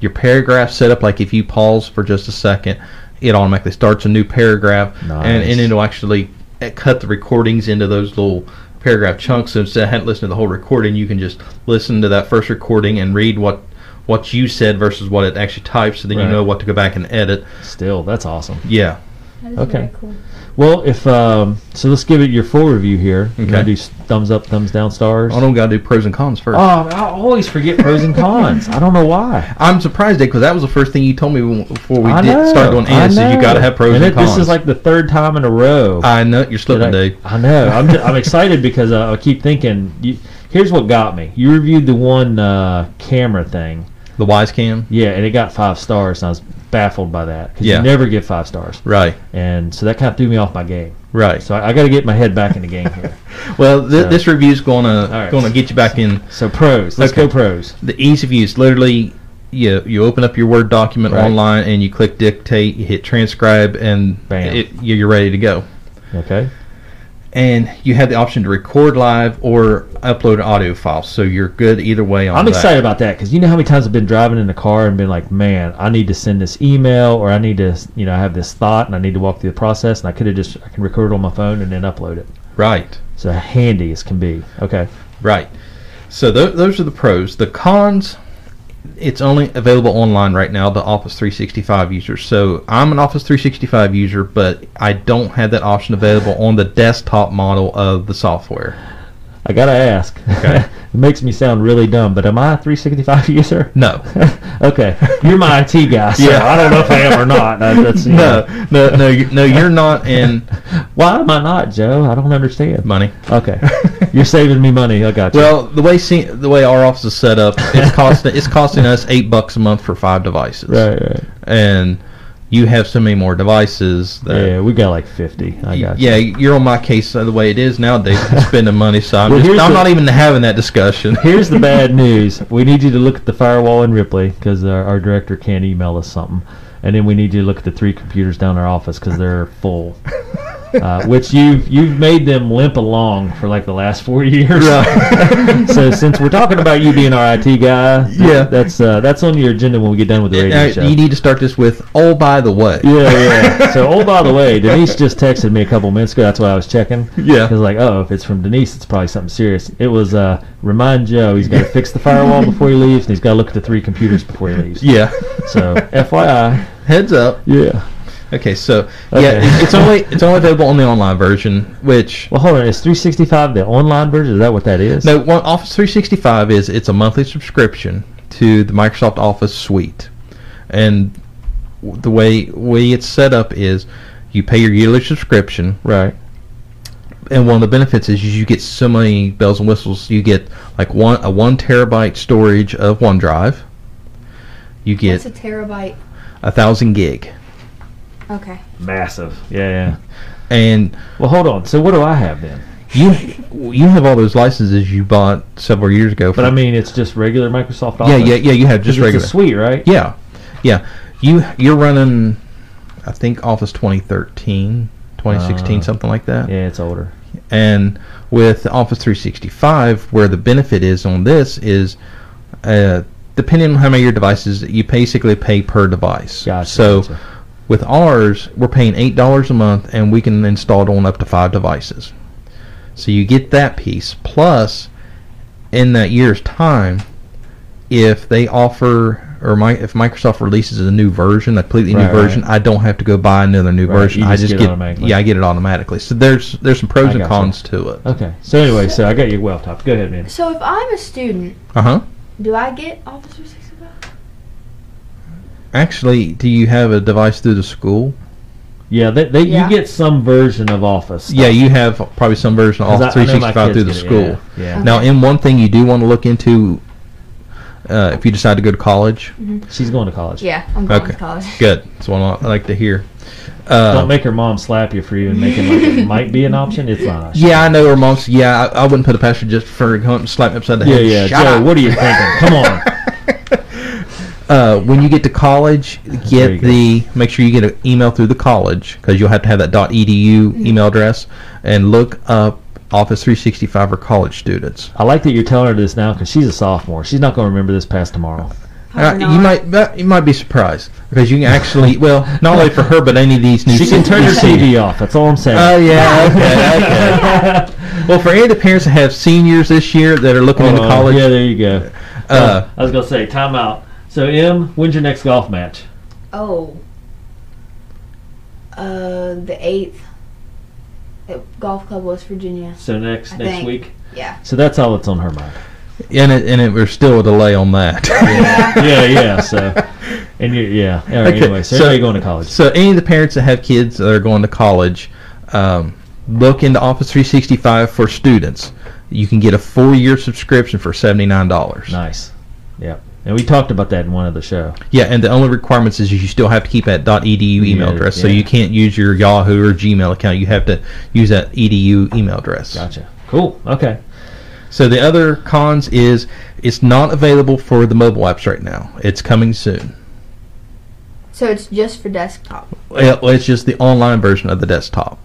C: your paragraph set up like if you pause for just a second it automatically starts a new paragraph and,
B: Nice.
C: and it'll actually uh, cut the recordings into those little paragraph chunks so instead of having to listen to the whole recording you can just listen to that first recording and read what what you said versus what it actually types so then
B: Right.
C: you know what to go back and edit
B: Still, that's awesome.
C: yeah
D: That is
B: Okay.
D: very cool.
B: Well, if um, so, let's give it your full review here. You
C: Okay.
B: gotta do s- thumbs up, thumbs down, stars.
C: i don't gotta do pros and cons first
B: Oh, I always forget pros and cons. I don't know why.
C: i'm surprised because that was the first thing you told me when- before we
B: I
C: did
B: know,
C: start doing
B: I
C: ads is you
B: know.
C: gotta have pros and,
B: it-
C: cons
B: This is like the third time in a row.
C: i know you're slipping
B: that I,
C: dude
B: I know. I'm, ju- I'm excited because uh, I keep thinking. You, here's what got me. You reviewed the one uh, camera thing.
C: the wise cam
B: Yeah, and it got five stars, and I was baffled by that because
C: Yeah.
B: you never get five stars,
C: right
B: and so that kind of threw me off my game.
C: right
B: So I, I got to get my head back in the game here.
C: Well, th-
B: So-
C: this review's gonna
B: right.
C: gonna get you back in
B: So pros, let's
C: Okay.
B: go pros.
C: the ease of use. Literally, you you open up your Word document
B: Right.
C: online and you click dictate, you hit transcribe, and
B: Bam.
C: it, you- you're ready to go.
B: Okay,
C: And you have the option to record live or upload an audio file, so you're good either way on
B: I'm
C: that.
B: excited about that because you know how many times I've been driving in the car and been like, man, I need to send this email or I need to, you know, I have this thought and I need to walk through the process, and I could have just I can record it on my phone and then upload it.
C: Right,
B: So handy as can be. Okay.
C: right. So th- those are the pros. The cons. It's only available online right now to Office 365 users. So I'm an Office 365 user, but I don't have that option available on the desktop model of the software.
B: I gotta ask.
C: Okay.
B: it makes me sound really dumb, but am I a 365 user?
C: No.
B: okay, you're my IT guy. So
C: Yeah.
B: I don't know if I am or not. That- that's you
C: no,
B: know.
C: no, no, you- no. You're not in
B: Why am I not, Joe? I don't understand.
C: money.
B: Okay, you're saving me money. I got you.
C: Well, the way se- the way our office is set up, it's costing it's costing us eight bucks a month for five devices,
B: right, right.
C: and you have so many more devices that.
B: Yeah, we got like 50. I got you.
C: Yeah, you're on my case uh, the way it is nowadays. for Spending money, so I'm,
B: Well,
C: just,
B: here's
C: I'm
B: the-
C: not even having that discussion.
B: Here's the bad news. We need you to look at the firewall in Ripley because our, our director can't email us something. And then we need you to look at the three computers down our office because they're full. Uh, which you've you've made them limp along for like the last four years.
C: Right.
B: so since we're talking about you being our IT guy,
C: Yeah.
B: that's uh, that's on your agenda when we get done with the radio
C: Uh,
B: show.
C: you need to start this with. Oh, by the way,
B: yeah, yeah. So, oh, by the way, Denise just texted me a couple minutes ago. That's why I was checking.
C: Yeah.
B: I was like, oh, if it's from Denise, it's probably something serious. It was, uh, remind Joe he's got to fix the firewall before he leaves, and he's got to look at the three computers before he leaves.
C: yeah.
B: So, FYI.
C: Heads up.
B: Yeah.
C: Okay, so
B: Okay.
C: yeah, it- it's only it's only available on the online version, which
B: Well, hold on. Is 365 the online version? Is that what that is?
C: No, well, Office 365 is it's a monthly subscription to the Microsoft Office suite, and w- the way way it's set up is you pay your yearly subscription,
B: Right.
C: and one of the benefits is you get so many bells and whistles. You get like one a one terabyte storage of OneDrive. You
D: It's
C: get
D: a terabyte.
C: a thousand gig,
D: Okay.
B: Massive. Yeah, yeah.
C: and
B: Well, hold on. So, what do I have then?
C: you you have all those licenses you bought several years ago.
B: But I mean, it's just regular Microsoft Office.
C: yeah, yeah, yeah. You have
B: 'Cause
C: just regular.
B: It's a suite, right?
C: Yeah, yeah. You you're running, I think Office 2013, 2016,
B: Uh,
C: something like that.
B: Yeah, it's older.
C: And with Office 365, where the benefit is on this is, uh, depending on how many of your devices, you basically pay per device.
B: Gotcha,
C: so
B: gotcha.
C: with ours, we're paying eight dollars a month, and we can install it on up to five devices. So you get that piece. Plus, in that year's time, if they offer or my, if Microsoft releases a new version, a completely
B: Right,
C: new
B: right.
C: version, I don't have to go buy another new
B: Right,
C: version.
B: you
C: I
B: just
C: just
B: get it
C: get,
B: automatically.
C: yeah, I get it automatically. So there's there's some
B: I
C: pros and
B: gotcha.
C: cons to it.
B: Okay. So anyway, so I got you well top. Go ahead, man.
D: So if I'm a student,
C: Uh huh.
D: do I get Office 365?
C: Actually, do you have a device through the school?
B: Yeah, they, they
D: Yeah.
B: you get some version of Office. stuff.
C: Yeah, you have probably some version of
B: 'Cause
C: Office
B: I- I know my
C: 365 through the
B: kids get
C: school.
B: it, Yeah. yeah.
C: Now, in one thing you do want to look into uh, if you decide to go to college.
B: She's going to college.
D: Yeah, I'm going
C: Okay.
D: to college.
C: Good. That's what I like to hear. Uh,
B: Don't make her mom slap you for even making like it might be an option. It's not. An option.
C: yeah, I know her mom's. Yeah, I, I wouldn't put a pastor just for going to slap me upside the
B: Yeah,
C: head.
B: yeah.
C: Shut
B: Joe,
C: up.
B: what are you thinking? Come on.
C: Uh, when you get to college,
B: There you
C: get
B: go.
C: the make sure you get an email through the college because you'll have to have that .edu email address and look up Office 365 for college students.
B: I like that you're telling her this now because she's a sophomore. She's not going to remember this past tomorrow.
C: Uh,
D: Probably not.
C: you might but you might be surprised because you can actually well not only for her but any of these new
B: She can turn her
C: seniors.
B: TV off. That's all I'm saying.
C: Oh yeah, okay, okay. Well, for any of the parents that have seniors this year that are looking into
B: Uh,
C: college,
B: Yeah, there you go.
C: uh,
B: I was going to say timeout. So, M, when's your next golf match?
D: Oh. Uh, the eighth. At golf club West Virginia.
B: So next
D: I
B: next
D: think.
B: week.
D: Yeah.
B: So that's all that's on her mind.
C: and it, and it, there's still a delay on that.
B: yeah, yeah. So, and you, yeah. All right,
C: Okay,
B: Anyway, so,
C: so-
B: anybody going to college?
C: So any of the parents that have kids that are going to college, um, look into Office 365 for students. You can get a four-year subscription for seventy-nine dollars.
B: Nice. Yeah. And we talked about that in one of the show.
C: Yeah, and the only requirements is you still have to keep that .edu email
B: Yeah,
C: address, so
B: yeah.
C: you can't use your Yahoo or Gmail account. You have to use that .edu email address.
B: Gotcha. Cool. Okay.
C: So the other cons is it's not available for the mobile apps right now. It's coming soon.
D: So it's just for desktop.
C: Well, It's just the online version of the desktop.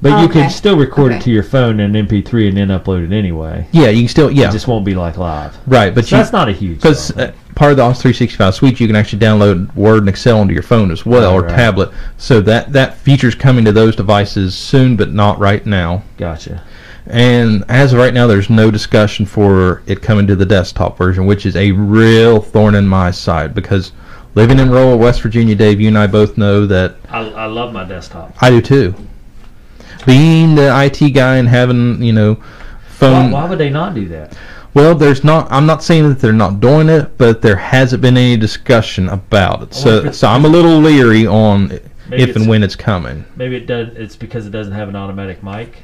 B: But you
D: Okay.
B: can still record it
D: Okay.
B: to your phone in MP3 and then upload it anyway.
C: Yeah, you can still yeah
B: It just won't be like live.
C: right, but
B: So
C: you
B: that's not a huge.
C: because
B: deal.
C: uh, part of the Office 365 suite you can actually download Word and Excel onto your phone as well
B: Right,
C: or
B: right.
C: tablet. So that that feature's coming to those devices soon, but not right now.
B: gotcha.
C: And as of right now, there's no discussion for it coming to the desktop version, which is a real thorn in my side because living in rural West Virginia, Dave, you and I both know that
B: I, I love my desktop.
C: I do too. Being the IT guy and having you know
B: Why,
C: phone.
B: why would they not do that?
C: Well, there's not. I'm not saying that they're not doing it, but there hasn't been any discussion about it.
B: wonder if
C: So,
B: it's-
C: so I'm a little leery on if
B: it's-
C: and when it's coming.
B: Maybe it does. It's because it doesn't have an automatic mic.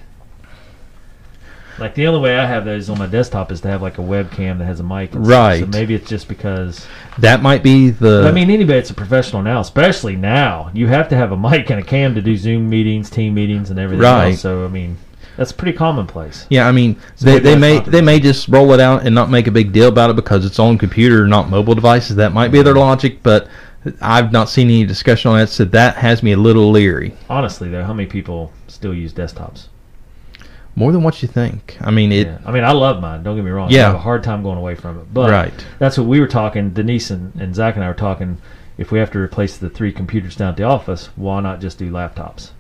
B: Like the only way I have those on my desktop is to have like a webcam that has a mic. and stuff. So
C: Right.
B: maybe it's just because.
C: That might be the.
B: But I mean, anybody that's a professional now, especially now, you have to have a mic and a cam to do Zoom meetings, team meetings, and everything
C: Right.
B: else. So I mean, that's pretty commonplace.
C: Yeah, I mean,
B: So
C: they,
B: maybe
C: they
B: that's
C: may
B: not the
C: they may just roll it out and not make a big deal about it because it's on computer, not mobile devices. That might be their logic, but I've not seen any discussion on that, so that has me a little leery.
B: Honestly, though, how many people still use desktops?
C: More than what you think. I mean, it.
B: yeah. I mean, I love mine. Don't get me wrong. I
C: Yeah.
B: have a hard time going away from it. But
C: Right.
B: that's what we were talking. Denise and, and Zach and I were talking. If we have to replace the three computers down at the office, why not just do laptops?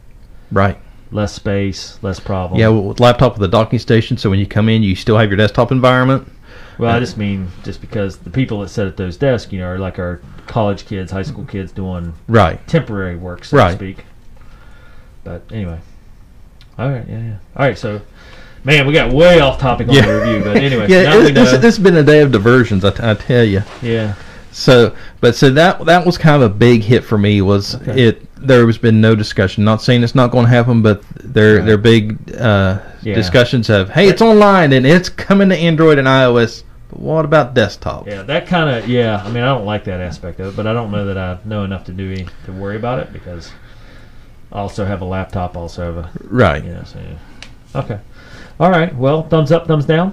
C: Right.
B: Less space, less problem.
C: Yeah, well, with laptop with a docking station, so when you come in, you still have your desktop environment.
B: Well, I just mean just because the people that sit at those desks, you know, are like our college kids, high school kids doing
C: Right.
B: temporary work, so to
C: Right.
B: speak. But anyway, all right, yeah, yeah. All right, so man, we got way off topic on the review, but anyway,
C: yeah,
B: now we
C: it, this,
B: know.
C: this has been a day of diversions, I, t- I tell you.
B: yeah,
C: So, but so that that was kind of a big hit for me. Was
B: Okay.
C: it? There has been no discussion. Not saying it's not going to happen, but their
B: Right.
C: their big uh,
B: Yeah.
C: discussions of hey, it's online and it's coming to Android and iOS. But what about desktop?
B: yeah, that kind of yeah. I mean, I don't like that aspect of it, but I don't know that I know enough to do any, to worry about it because I also have a laptop, also have a
C: Right.
B: you know, so yeah. okay. All right, well, thumbs up, thumbs down.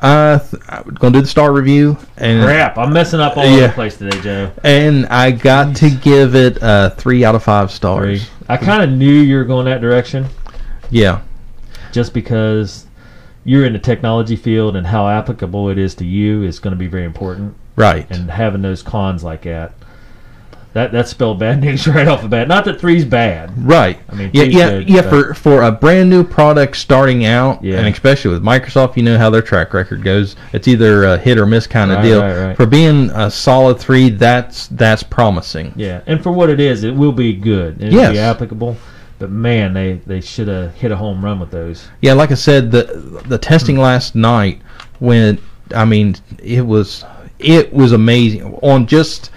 C: Uh, th- I'm going to do the star review and
B: Crap, I'm messing up all over
C: Yeah.
B: the place today, Joe.
C: and I got to give it uh, three out of five stars.
B: I kind of knew you were going that direction.
C: Yeah.
B: just because you're in the technology field and how applicable it is to you is going to be very important.
C: Right.
B: And having those cons like that, that that spelled bad news right off the bat. Not that three's bad.
C: Right.
B: I mean,
C: yeah,
B: please
C: yeah,
B: don't,
C: yeah.
B: but-
C: For for a brand new product starting out,
B: uh, Yeah.
C: and especially with Microsoft, you know how their track record goes. It's either a hit or miss kind of
B: Right,
C: deal.
B: right, right.
C: For being a solid three, that's that's promising.
B: Yeah, and for what it is, it will be good. It'll
C: Yes.
B: be applicable. But man, they they should have hit a home run with those.
C: Yeah, like I said, the the
B: Hmm.
C: testing last night when I mean it was it was amazing on just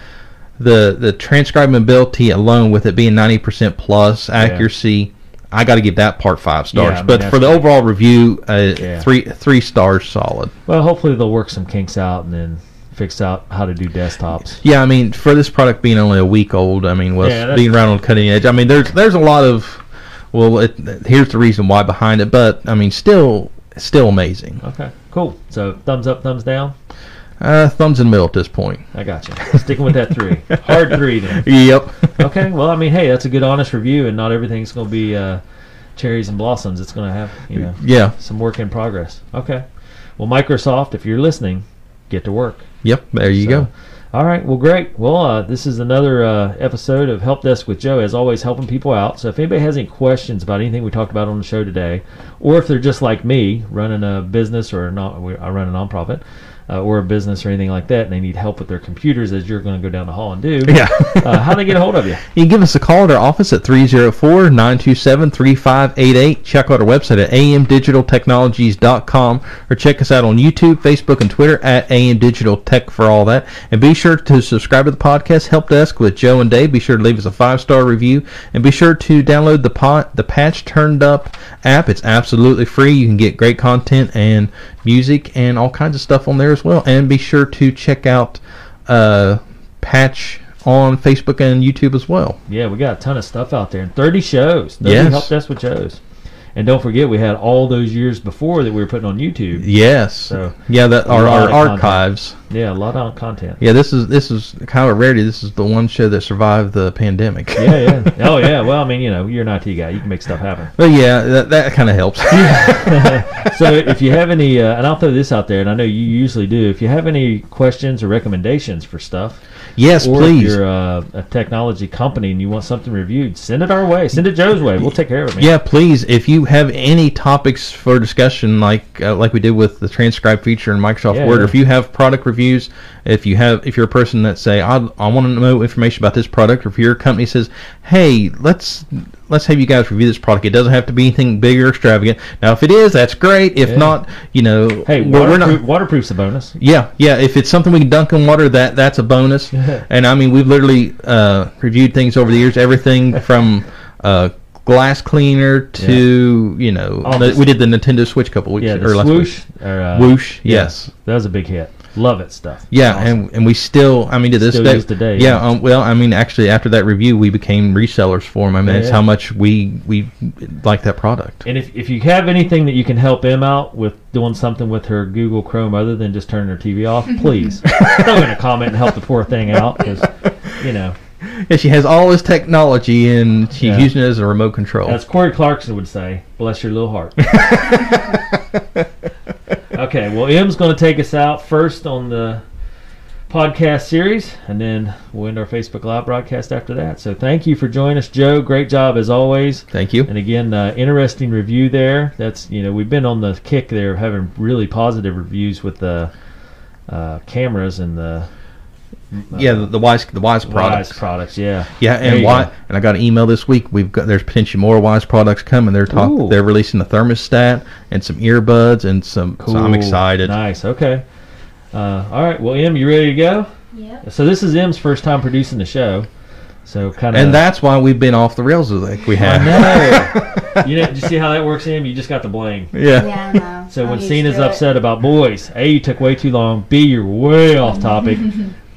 C: the the transcribability alone with it being ninety percent plus accuracy. I got to give that part five stars,
B: I mean,
C: but
B: that's
C: for the
B: good.
C: overall review, uh,
B: Yeah.
C: three three stars solid.
B: Well, hopefully they'll work some kinks out and then fix out how to do desktops.
C: Yeah, I mean, for this product being only a week old, I mean, was
B: Yeah, that's-
C: being around on cutting edge. I mean, there's there's a lot of well, it, here's the reason why behind it, but I mean, still still amazing.
B: Okay, cool. So thumbs up, thumbs down.
C: Uh, thumbs in the middle at this point.
B: I got you. Sticking with that three, hard three then.
C: Yep.
B: Okay. Well, I mean, hey, that's a good honest review, and not everything's going to be uh, cherries and blossoms. It's going to have you know
C: yeah.
B: some work in progress. Okay. Well, Microsoft, if you're listening, get to work.
C: Yep. There you
B: So,
C: go.
B: All right. Well, great. Well, uh, this is another uh, episode of Help Desk with Joe, as always, helping people out. So if anybody has any questions about anything we talked about on the show today, or if they're just like me, running a business or not, we- I run a nonprofit. Uh, or a business or anything like that, and they need help with their computers, as you're going to go down the hall and do.
C: Yeah.
B: uh, how do they get a hold of you?
C: You can give us a call at our office at 304-927-3588. Check out our website at amdigitaltechnologies.com or check us out on YouTube, Facebook, and Twitter at AM Digital Tech for all that. And be sure to subscribe to the podcast Help Desk with Joe and Dave. Be sure to leave us a five-star review and be sure to download the pot, the Patch Turned Up app. It's absolutely free. You can get great content and music and all kinds of stuff on there as well. And be sure to check out uh, Patch on Facebook and YouTube as well.
B: Yeah, we got a ton of stuff out there. And 30 shows. 30
C: Yes.
B: Help Desk with Joe's. And don't forget, we had all those years before that we were putting on YouTube.
C: Yes.
B: So,
C: yeah, that
B: a
C: our,
B: lot
C: our
B: of content.
C: archives.
B: Yeah, a lot of content.
C: Yeah, this is this is kind of a rarity. This is the one show that survived the pandemic.
B: yeah, yeah. Oh, yeah. Well, I mean, you know, you're an IT guy. You can make stuff happen.
C: but yeah, that, that kind of helps.
B: So if you have any, uh, and I'll throw this out there, and I know you usually do. If you have any questions or recommendations for stuff,
C: yes,
B: or
C: please.
B: if you're uh, a technology company and you want something reviewed, send it our way. Send it Joe's way. We'll take care of it. man.
C: Yeah, please. If you have any topics for discussion, like uh, like we did with the transcribe feature in Microsoft
B: Yeah,
C: Word, or
B: yeah.
C: if you have product reviews, if you have if you're a person that say I, I want to know information about this product, or if your company says, hey, let's let's have you guys review this product. It doesn't have to be anything big or extravagant. Now, if it is, that's great. If
B: Yeah.
C: not, you know,
B: Hey,
C: we're, we're
B: waterproof,
C: not.
B: waterproof's a bonus.
C: Yeah, yeah. If it's something we can dunk in water, that that's a bonus. and I mean, we've literally uh, reviewed things over the years, everything from uh, glass cleaner to you know,
B: Oh,
C: the-
B: this-
C: we did the Nintendo Switch a couple weeks
B: Yeah,
C: or
B: the
C: last
B: swoosh.
C: week.
B: Or, uh,
C: Whoosh,
B: yeah,
C: yes.
B: that was a big hit. Love it stuff.
C: Yeah,
B: Awesome.
C: and and we still, I mean, to this
B: Still
C: day,
B: use today, yeah.
C: yeah. Um, well, I mean, actually, after that review, we became resellers for them. I mean,
B: Yeah,
C: it's
B: yeah.
C: how much we we like that product.
B: And if, if you have anything that you can help Em out with doing something with her Google Chrome other than just turning her TV off, please. I'm not going to comment and help the poor thing out because, you know,
C: Yeah, she has all this technology, and she's
B: Yeah.
C: using it as a remote control.
B: as Corey Clarkson would say, bless your little heart. okay, well, Em's going to take us out first on the podcast series, and then we'll end our Facebook Live broadcast after that. So thank you for joining us, Joe. Great job as always.
C: Thank you.
B: And again, uh, interesting review there. That's you know we've been on the kick there of having really positive reviews with the uh, cameras and the uh,
C: yeah, the, the wise the wise
B: Wise
C: products.
B: products. Yeah,
C: Yeah,
B: There
C: and
B: you
C: why?
B: go.
C: And I got an email this week. We've got there's potentially more Wise products coming. They're
B: Ooh.
C: talking. They're releasing a thermostat and some earbuds and some. So I'm
B: Cool.
C: excited.
B: Nice. Okay. Uh, all right. Well, Em, you ready to go?
D: Yep.
B: So this is Em's first time producing the show, so kind of
C: And that's why we've been off the rails like we
B: I
C: have.
B: know. you know, you see how that works, Em? You just got the blame.
C: Yeah.
D: Yeah, I know.
B: So
D: I'm
B: when
A: Oh,
D: used
B: Cena's
D: to it.
B: upset about boys, A, you took way too long. B, you're way off topic.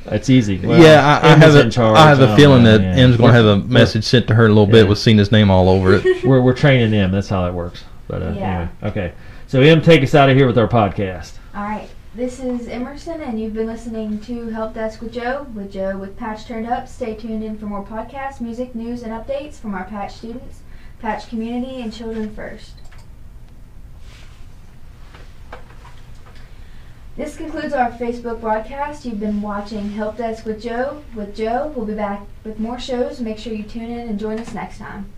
B: It's easy. Well,
C: yeah, I, I
B: Em is
C: have
B: in
C: a,
B: charge.
C: I have
B: don't
C: a feeling
B: know,
C: that
B: yeah.
C: M's gonna
B: We're-
C: have a message sent to her in a little bit
B: Yeah.
C: with Cena's name all over it.
B: We're, we're training Em. That's how that works. But uh,
A: Yeah.
B: anyway, okay. So Em, take us out of here with our podcast.
A: All right. This is Emerson, and you've been listening to Help Desk with Joe, with Joe with Patch Turned Up. Stay tuned in for more podcasts, music, news, and updates from our Patch students, Patch community, and Children First. This concludes our Facebook broadcast. You've been watching Help Desk with Joe. With Joe, we'll be back with more shows. Make sure you tune in and join us next time.